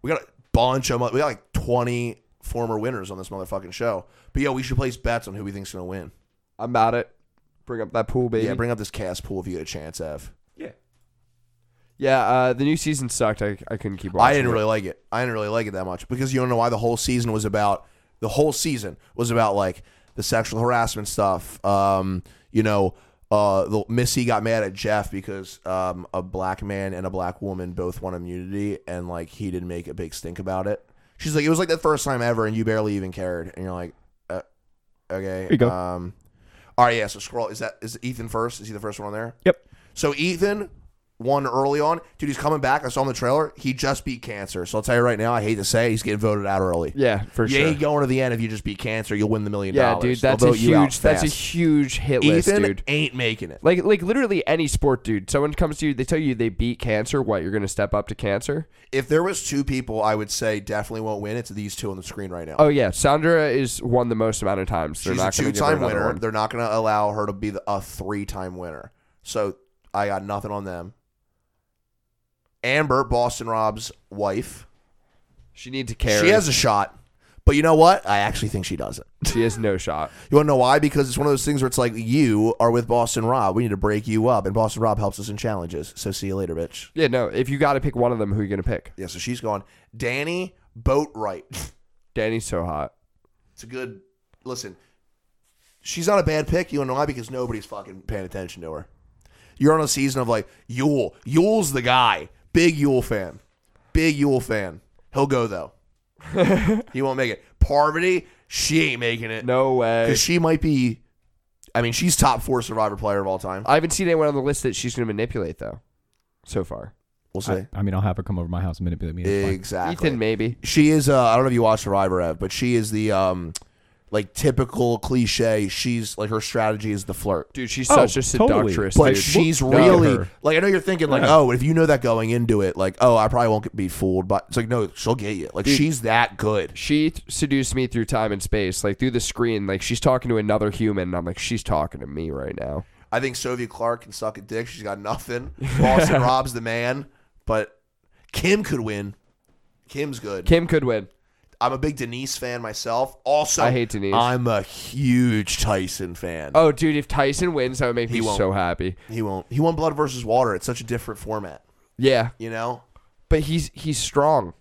C: we got a bunch of mo- we got like 20 former winners on this motherfucking show." But yo, we should place bets on who we think's going to win.
D: I'm about it. Bring up that pool, baby.
C: Yeah, bring up this cast pool if you get a chance, Ev.
D: Yeah, uh, the new season sucked. I, I couldn't keep watching.
C: I didn't
D: it.
C: really like it. I didn't really like it that much because you don't know why the whole season was about. The whole season was about like the sexual harassment stuff. Um, you know, uh, the, Missy got mad at Jeff because um, a black man and a black woman both won immunity, and like he didn't make a big stink about it. She's like, it was like the first time ever, and you barely even cared, and you're like, uh, okay,
E: you go.
C: Um, all right, yeah. So scroll. Is that is Ethan first? Is he the first one on there?
E: Yep.
C: So Ethan won early on. Dude, he's coming back. I saw him in the trailer. He just beat cancer. So I'll tell you right now, I hate to say it, he's getting voted out early.
D: Yeah, for
C: you
D: sure.
C: ain't going to the end if you just beat cancer. You'll win the million
D: yeah,
C: dollars.
D: dude, that's
C: They'll
D: a
C: vote you out
D: huge. That's a
C: fast.
D: huge hit list,
C: Ethan
D: dude.
C: ain't making it.
D: Like, like literally any sport, dude. Someone comes to you, they tell you they beat cancer. What? You're gonna step up to cancer?
C: If there was two people, I would say definitely won't win. It's these two on the screen right now.
D: Oh yeah, Sandra is won the most amount of times. They're
C: She's a
D: not gonna give her
C: two-time
D: another
C: winner.
D: one.
C: They're not going to allow her to be the, a three-time winner. So I got nothing on them. Amber, Boston Rob's wife,
D: She needs a carry.
C: she has a shot. But you know what? I actually think she doesn't.
D: she has no shot.
C: You want to know why? Because it's one of those things where it's like you are with Boston Rob. We need to break you up, and Boston Rob helps us in challenges. So see you later, bitch.
D: Yeah, no. If you got to pick one of them, who you gonna pick?
C: Yeah. So she's gone. Danny Boatwright.
D: Danny's so hot.
C: It's a good. Listen, she's not a bad pick. You want to know why? Because nobody's fucking paying attention to her. You're on a season of like Yule. Yule's the guy. Big Yule fan. Big Yule fan. He'll go though. he won't make it. Parvati, she ain't making it.
D: No way.
C: Because she might be. I mean, she's top four survivor player of all time.
D: I haven't seen anyone on the list that she's gonna manipulate though. So far,
C: We'll see.
E: I, I mean, I'll have her come over to my house and manipulate me. It's fine.
C: Exactly.
D: Ethan maybe.
C: She is. Uh, I don't know if you watched Survivor, Ev, but she is the um, like typical cliche. She's like her strategy is the flirt,
D: Dude, she's
E: Oh,
D: such a
E: totally.
D: seductress.
C: but
D: dude.
C: she's
E: look at
C: really
E: her.
C: like. I know you're thinking like,
E: Yeah.
C: oh, if you know that going into it, like, oh, I probably won't get- be fooled, but it's like, no, she'll get you. Like, she's that good.
D: she th- seduced me through time and space, like through the screen. Like she's talking to another human, and I'm like, she's talking to me right now.
C: I think Sylvia Clark can suck a dick. She's got nothing. Boston Rob's the man, but Kim could win. Kim's good.
D: Kim could win.
C: I'm a big Denise fan myself. Also,
D: I hate Denise.
C: I'm a huge Tyson fan.
D: Oh, dude, if Tyson wins, that would make
C: He
D: me
C: won't.
D: so happy.
C: He won't. He won Blood versus Water. It's such a different format,
D: Yeah,
C: you know.
D: but he's he's strong.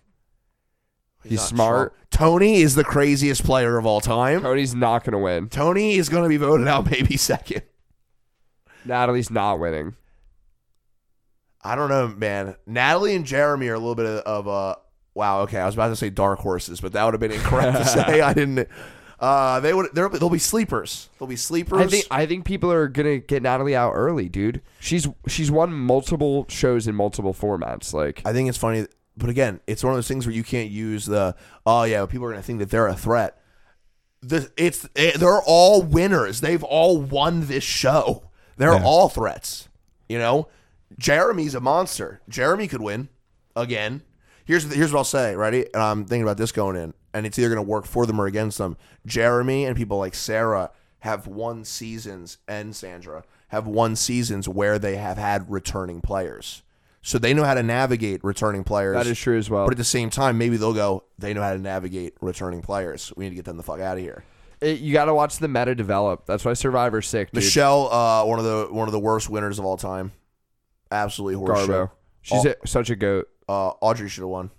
D: He's
C: not
D: smart.
C: strong. Tony is the craziest player of all time.
D: Tony's not gonna win.
C: Tony is going to be voted out maybe second.
D: Natalie's not winning.
C: I don't know, man. Natalie and Jeremy are a little bit of, of uh wow. Okay, I was about to say dark horses, but that would have been incorrect to say. I didn't. Uh, they would. They'll be, they'll be sleepers. They'll be sleepers.
D: I think I think people are gonna get Natalie out early, dude. She's she's won multiple shows in multiple formats. Like
C: I think it's funny, but again, it's one of those things where you can't use the oh yeah, people are gonna think that they're a threat. The, it's it, they're all winners. They've all won this show. They're
E: Yeah.
C: all threats. You know, Jeremy's a monster. Jeremy could win again. Here's the- here's what I'll say. Ready? And I'm thinking about this going in, and it's either gonna work for them or against them. Jeremy and people like Sarah have won seasons, and Sandra have won seasons where they have had returning players. So they know how to navigate returning players.
D: that is true as well.
C: But at the same time, maybe they'll go, they know how to navigate returning players. We need to get them the fuck out of here.
D: It- you got to watch the meta develop. That's why Survivor's sick, dude.
C: Michelle, uh, one of the one of the worst winners of all time. Absolutely horseshit.
D: Garbo, she's a, such a goat.
C: Uh, Audrey should have won.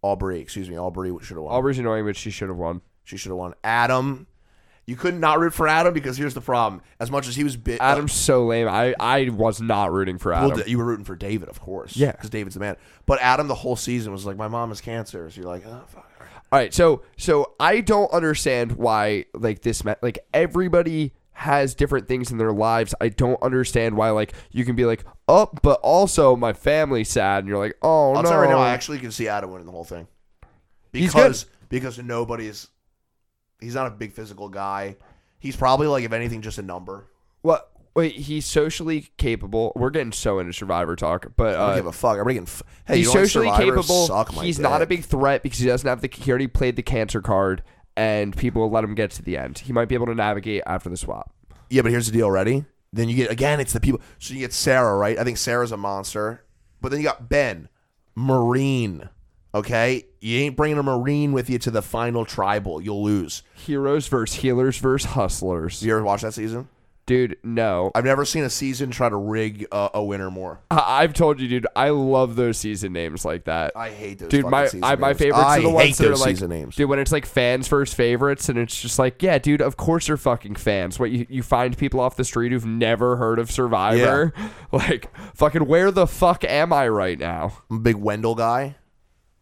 C: Aubrey, excuse me, Aubrey should have won.
D: Aubrey's annoying, but she should have won.
C: She should have won. Adam, You could not root for Adam because here's the problem. As much as he was bit, uh,
D: Adam's so lame. I, I was not rooting for
C: Well,
D: Adam.
C: you were rooting for David, of course.
D: Yeah.
C: because David's the man. But Adam, the whole season was like, "My mom has cancer." So you're like, "Oh fuck."
D: All right, so so I don't understand why like this ma- like everybody has different things in their lives. I don't understand why like you can be like, "Oh, but also my family's sad." And you're like, "Oh
C: I'll
D: no."
C: tell you right now, I actually can see Adam winning the whole thing
D: He's good.
C: because because nobody's. He's not a big physical guy. He's probably like, if anything, just a number.
D: what wait, he's socially capable. We're getting so into survivor talk, but
C: I
D: uh,
C: don't give a fuck. I'm getting. F- hey,
D: he's
C: you don't
D: socially
C: like Survivor?
D: capable.
C: Suck my
D: he's not a
C: dick.
D: big threat because he doesn't have the he already played the cancer card and people let him get to the end. He might be able to navigate after the swap.
C: Yeah, but here's the deal. Ready? Then you get again. It's the people. So you get Sarah, right? I think Sarah's a monster. But then you got Ben, Marine. Okay, you ain't bringing a Marine with you to the final tribal. You'll lose.
D: Heroes versus healers versus hustlers.
C: Did you ever watch that season?
D: Dude, no.
C: I've never seen a season try to rig uh, a winner more.
D: I- I've told you, dude. I love those season names like that.
C: I hate those.
D: dude,
C: fucking
D: my
C: season
D: I, my
C: names.
D: favorites
C: I
D: are the
C: hate
D: ones that are
C: those
D: like,
C: season names.
D: dude, when it's like fans first favorites, and it's just like, yeah, dude, of course they're fucking fans. What you, you find people off the street who've never heard of Survivor, like fucking, where the fuck am I right now?
C: I'm a big Wendell guy.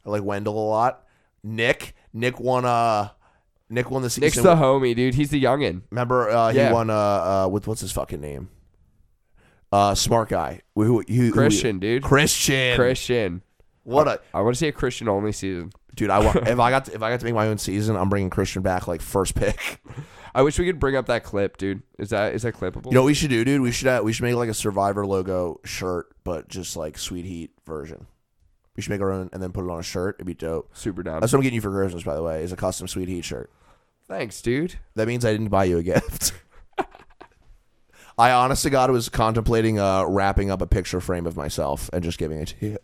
C: I like Wendell a lot. Nick, Nick won. Uh, Nick won the season.
D: Nick's the homie, dude. He's the youngin.
C: Remember, uh, he
D: Yeah.
C: won. Uh, uh, with what's his fucking name? Uh, smart guy. Who, who, who- who-
D: Christian, dude.
C: Christian.
D: Christian.
C: What a
D: I want to see a Christian only season.
C: dude! I want, if I got to, if I got to make my own season, I'm bringing Christian back like first pick.
D: I wish we could bring up that clip, dude. Is that is that clippable?
C: You know what we should do, dude? We should uh, we should make like a Survivor logo shirt, but just like Sweet Heat version. We should make our own and then put it on a shirt. It'd be dope.
D: Super down.
C: That's what I'm getting you for Christmas, by the way, is a custom Sweet Heat shirt.
D: Thanks, dude.
C: That means I didn't buy you a gift. I honest to God was contemplating uh, wrapping up a picture frame of myself and just giving it to you.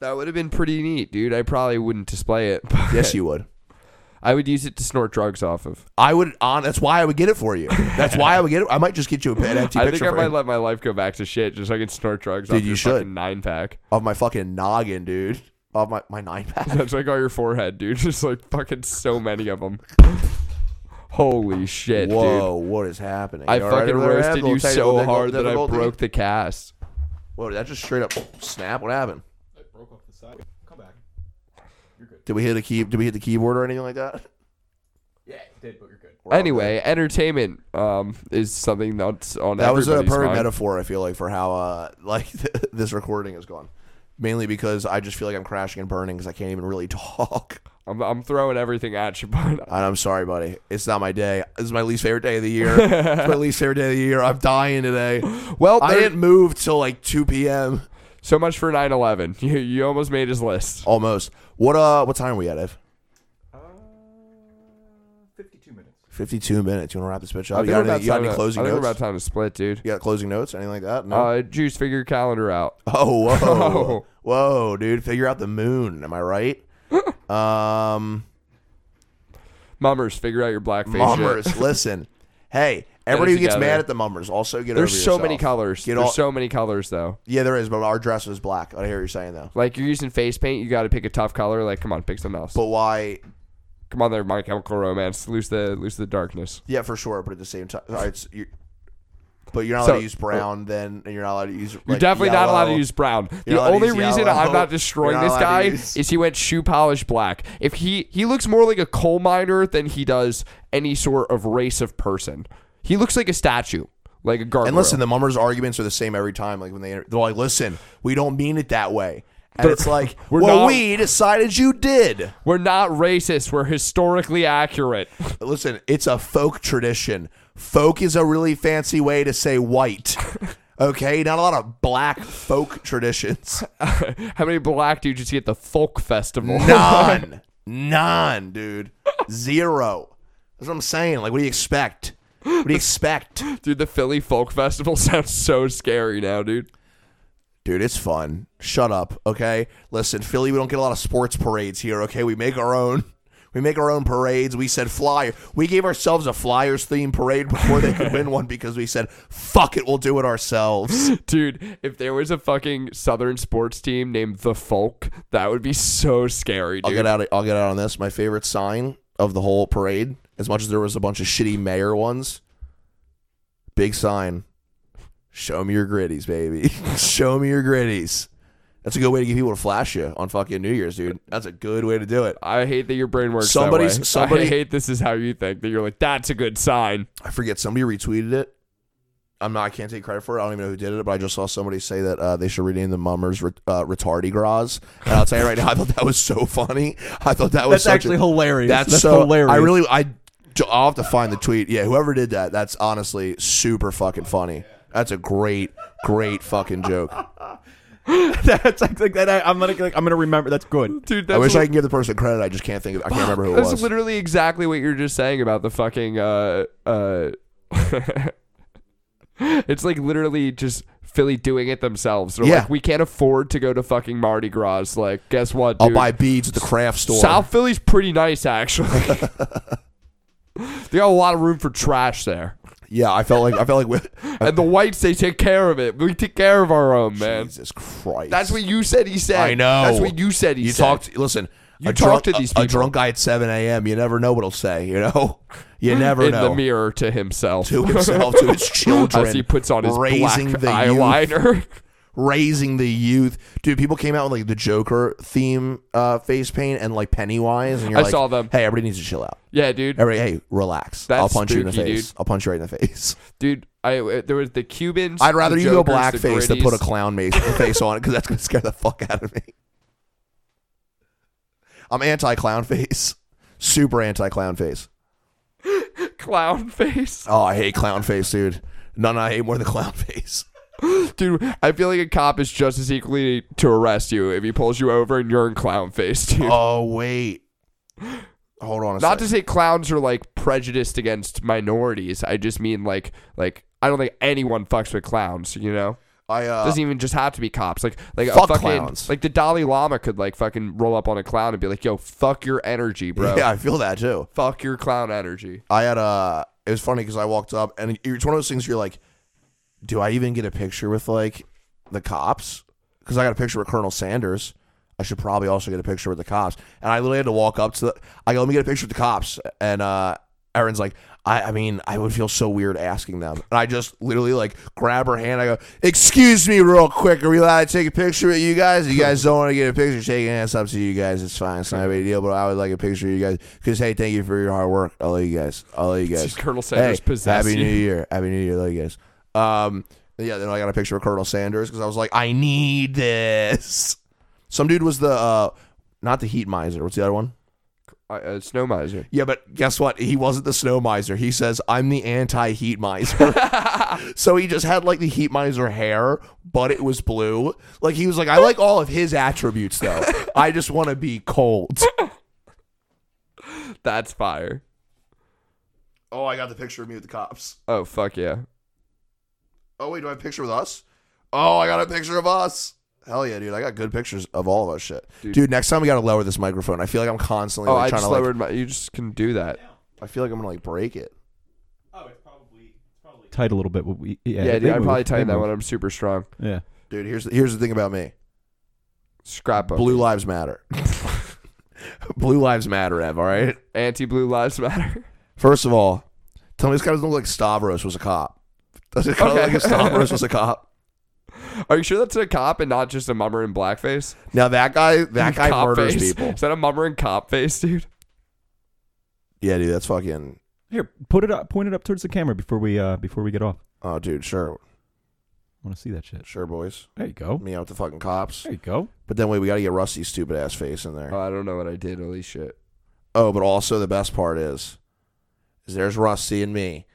D: That would have been pretty neat, dude. I probably wouldn't display it. but-
C: Yes, you would.
D: I would use it to snort drugs off of.
C: I would on. That's why I would get it for you. That's why I would get it. I might just get you a an empty
D: I
C: picture
D: think I might
C: frame
D: let my life go back to shit just so I can snort drugs
C: Dude,
D: off
C: you
D: your
C: should.
D: fucking nine pack.
C: of my fucking noggin, dude. Of my my nine pack.
D: That's like all your forehead, dude. Just like fucking so many of them. Holy shit, dude.
C: Whoa, what is happening?
D: I
C: You all right
D: fucking
C: over there,
D: roasted
C: Abdul?
D: you
C: Technical
D: so
C: difficul-
D: hard that I
C: difficulty?
D: broke the cast.
C: Whoa, did that just straight up snap. What happened?
E: broke off the side. Come back.
C: Did we hit a key? Did we hit the keyboard or anything like that?
E: Yeah, it did, but you're good.
C: We're all
D: anyway, entertainment um, is something that's on
C: good. that was a
D: everybody's
C: perfect
D: mind.
C: metaphor. I feel like for how uh like this recording has gone, mainly because I just feel like I'm crashing and burning because I can't even really talk.
D: I'm, I'm throwing everything at you, but
C: And I'm sorry, buddy. It's not my day. This is my least favorite day of the year. it's my least favorite day of the year. I'm dying today.
D: well,
C: I
D: there-
C: didn't move till like 2 p.m.
D: so much for 9/11. You you almost made his list.
C: almost. What uh? What time are we at, Ev?
E: Uh, 52 minutes.
C: 52 minutes. You want to wrap this bitch
D: I
C: up? You
D: think we're
C: got,
D: about
C: anything, you got
D: time
C: any
D: to-
C: closing
D: I think
C: notes?
D: we're about time to split, dude.
C: you got closing notes? Anything like that? No.
D: Uh, Juice, figure your calendar out.
C: oh, whoa,
D: oh.
C: whoa, dude! Figure out the moon. Am I right? um,
D: Mummers, figure out your blackface. shit.
C: mummers, listen. Hey, everybody who gets
D: together.
C: mad at the mummers, also get over
D: There's so
C: yourself.
D: many colors.
C: Get
D: There's
C: all-
D: so many colors though.
C: yeah, there is, but our dress was black. I hear what you're saying though.
D: Like you're using face paint, you got to pick a tough color. Like, come on, pick something else.
C: But why?
D: come on, there, My Chemical Romance. Lose the lose the darkness.
C: Yeah, for sure. But at the same time, all right, it's, you're, but you're not
D: So-
C: allowed to use brown then, and you're not allowed to use.
D: You're definitely not allowed to use brown.
C: You're
D: The
C: not allowed to
D: only
C: use
D: reason
C: yellow.
D: I'm not
C: You're
D: destroying
C: not
D: this
C: allowed to
D: guy
C: use-
D: is he went shoe polish black. If he he looks more like a coal miner than he does any sort of race of person. He looks like a statue, like a gargoyle.
C: And listen, the mummers' arguments are the same every time. Like when they they're like, "Listen, we don't mean it that way," and
D: They're-
C: it's like,
D: we're
C: "Well,
D: not-
C: we decided you did."
D: we're not racist. We're historically accurate.
C: Listen, it's a folk tradition. Folk is a really fancy way to say white. Okay, not a lot of black folk traditions.
D: How many black dudes did you see at the folk festival?
C: None, none, dude, zero. That's what I'm saying. Like, what do you expect? What do you expect?
D: Dude, the Philly Folk Festival sounds so scary now, dude.
C: Dude, it's fun. Shut up, okay? Listen, Philly, we don't get a lot of sports parades here, okay? We make our own. We make our own parades. We said flyer. We gave ourselves a Flyers themed parade before they could win one because we said, fuck it, we'll do it ourselves.
D: Dude, if there was a fucking Southern sports team named the Folk, that would be so scary,
C: I'll
D: dude.
C: get out I'll get out on this. My favorite sign of the whole parade as much as there was a bunch of shitty mayor ones. Big sign. Show me your gritties, baby. Show me your gritties. That's a good way to get people to flash you on fucking New Year's, dude. That's a good way to do it.
D: I hate that your brain works.
C: Somebody's-
D: that way.
C: somebody-
D: I hate this is how you think that you're like that's a good sign.
C: I forget somebody retweeted it. I'm not. I can't take credit for it. I don't even know who did it, but I just saw somebody say that uh, they should rename the Mummers re- uh, Retardy Gras. And I'll tell you right now, I thought that was so funny. I thought that was
E: That's
C: such
E: actually
C: a,
E: hilarious.
C: That's,
E: Oh, That's
C: so
E: hilarious.
C: I really. I. I'll have to find the tweet. Yeah, whoever did that, that's honestly super fucking funny. That's a great, great fucking joke.
E: that's like, like that. I, I'm gonna like, I'm gonna remember. That's good.
D: Dude, that's
C: I wish
D: li-
C: I can give the person credit. I just can't think of. I can't remember who it
D: that's
C: was.
D: literally exactly what you're just saying about the fucking uh uh It's like literally just Philly doing it themselves. They're
C: Yeah.
D: like, we can't afford to go to fucking Mardi Gras. Like, guess what?
C: I'll
D: dude?
C: buy beads at the craft store.
D: South Philly's pretty nice, actually. they got a lot of room for trash there,
C: Yeah, I felt like I felt like.
D: and the whites they take care of it. We take care of our own, man.
C: Jesus Christ.
D: That's what you said. He said.
C: I know.
D: That's what you said. He
C: you
D: said.
C: talked. Listen,
D: You
C: a drunk,
D: talk to these
C: a- a,
D: people.
C: drunk guy at seven a.m. You never know what he'll say. You know, you never
D: in
C: know.
D: the mirror to himself.
C: To himself, to his children,
D: As he puts on his
C: raising
D: black
C: the youth,
D: eyeliner.
C: raising the youth. Dude, people came out with like the Joker theme uh, face paint and like Pennywise, and you're
D: I
C: like,
D: saw them.
C: Hey, everybody needs to chill out.
D: yeah, dude.
C: Everybody, hey, relax. I'll
D: That's
C: punch you in the
D: spooky,
C: face.
D: dude.
C: I'll punch you right in the face.
D: Dude, I uh, there was the Cubans.
C: I'd rather
D: the
C: you go
D: Jokers, the
C: blackface than put a
D: Gritties.
C: clown ma- face on it because that's gonna scare the fuck out of me. I'm anti clown face, super anti clown face.
D: clown face.
C: Oh, I hate clown face, dude. None I hate more than clown face.
D: Dude, I feel like a cop is just as equally to arrest you if he pulls you over and you're in clown face, dude.
C: Oh wait, hold on. A
D: Not
C: Not
D: to say clowns are like prejudiced against minorities. I just mean like like I don't think anyone fucks with clowns, you know?
C: I uh,
D: doesn't even just have to be cops. Like like
C: Fuck
D: a fucking
C: clowns.
D: like the Dalai Lama could like fucking roll up on a clown and be like, "Yo, fuck your energy, bro.
C: yeah, I feel that too.
D: Fuck your clown energy."
C: I had a. It was funny because I walked up and it's one of those things you're like, do I even get a picture with like the cops? Because I got a picture with Colonel Sanders. I should probably also get a picture with the cops. And I literally had to walk up to the. I go, let me get a picture with the cops. And uh, Erin's like, I, I mean, I would feel so weird asking them. And I just literally like grab her hand. I go, excuse me, real quick. Are we allowed to take a picture with you guys? If you guys don't want to get a picture taken, that's up to you guys. It's fine. It's not a big deal. But I would like a picture of you guys. Because, hey, thank you for your hard work. I love you guys. I love you guys.
D: Colonel Sanders
C: hey,
D: possess
C: Happy
D: you.
C: New Year. Happy New Year. Love you guys. Um, yeah, then I got a picture of Colonel Sanders because I was like, I need this. Some dude was the uh, not the heat miser. What's the other one?
D: I, uh, snow miser.
C: Yeah, but guess what? He wasn't the snow miser. He says, I'm the anti heat miser. so he just had like the heat miser hair, but it was blue. Like he was like, I like all of his attributes though. I just want to be cold.
D: That's fire.
C: Oh, I got the picture of me with the cops.
D: Oh fuck yeah.
C: Oh, wait, do I have a picture with us? Oh, I got a picture of us. Hell yeah, dude. I got good pictures of all of us shit. Dude, next time we got to lower this microphone. I feel like I'm constantly
D: Oh,
C: like,
D: I
C: trying
D: just
C: to like,
D: lowered my. You just can do that.
C: I feel like I'm going to like break it.
E: Tight a little bit. but we- yeah,
D: Yeah,
E: they
D: dude, I'd
E: move,
D: probably
E: they
D: tighten that
E: move.
D: one. I'm super strong.
E: Yeah.
C: Dude, here's the, here's the thing about me.
D: Scrapbook.
C: Blue lives matter. Blue lives matter, Ev, all right?
D: Anti-blue lives matter.
C: First of all, tell me this guy doesn't look like Stavros was a cop. Does it kind of
D: Okay.
C: look like if Stavros was a cop?
D: Are you sure that's a cop and not just a mummer in blackface?
C: Now that guy, that guy
D: Cop
C: murders
D: face.
C: people.
D: Is that a mummer in cop face, dude?
C: Yeah, dude, that's fucking.
E: Here, put it up. Point it up towards the camera before we uh before we get off.
C: Oh, dude, sure,
E: I want to see that shit.
C: sure, boys.
E: There you go.
C: Me out with the fucking cops.
E: There you go.
C: But then wait, we got to get Rusty's stupid ass face in there.
D: Oh, I don't know what I did. Holy shit.
C: Oh, but also the best part is, is there's Rusty and me,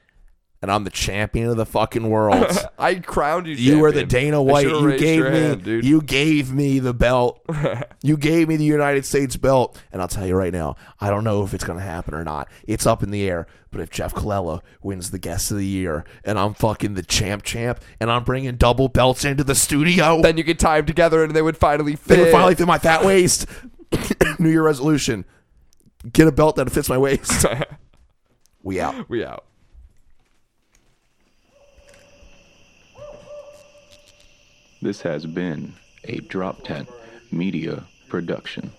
C: and I'm the champion of the fucking world.
D: I crowned you.
C: you were the
D: champion.
C: Dana
D: I
C: White.
D: should've
C: You
D: raised
C: gave
D: your
C: me,
D: hand, dude.
C: you gave me the belt. you gave me the United States belt, and I'll tell you right now, I don't know if it's gonna happen or not. It's up in the air. But if Jeff Colella wins the Guest of the Year, and I'm fucking the champ, champ, and I'm bringing double belts into the studio,
D: then you could tie them together and they would finally fit.
C: They would finally fit my fat waist. New Year resolution: get a belt that fits my waist. we out.
D: we out.
A: This has been a Drop Tent Media Production.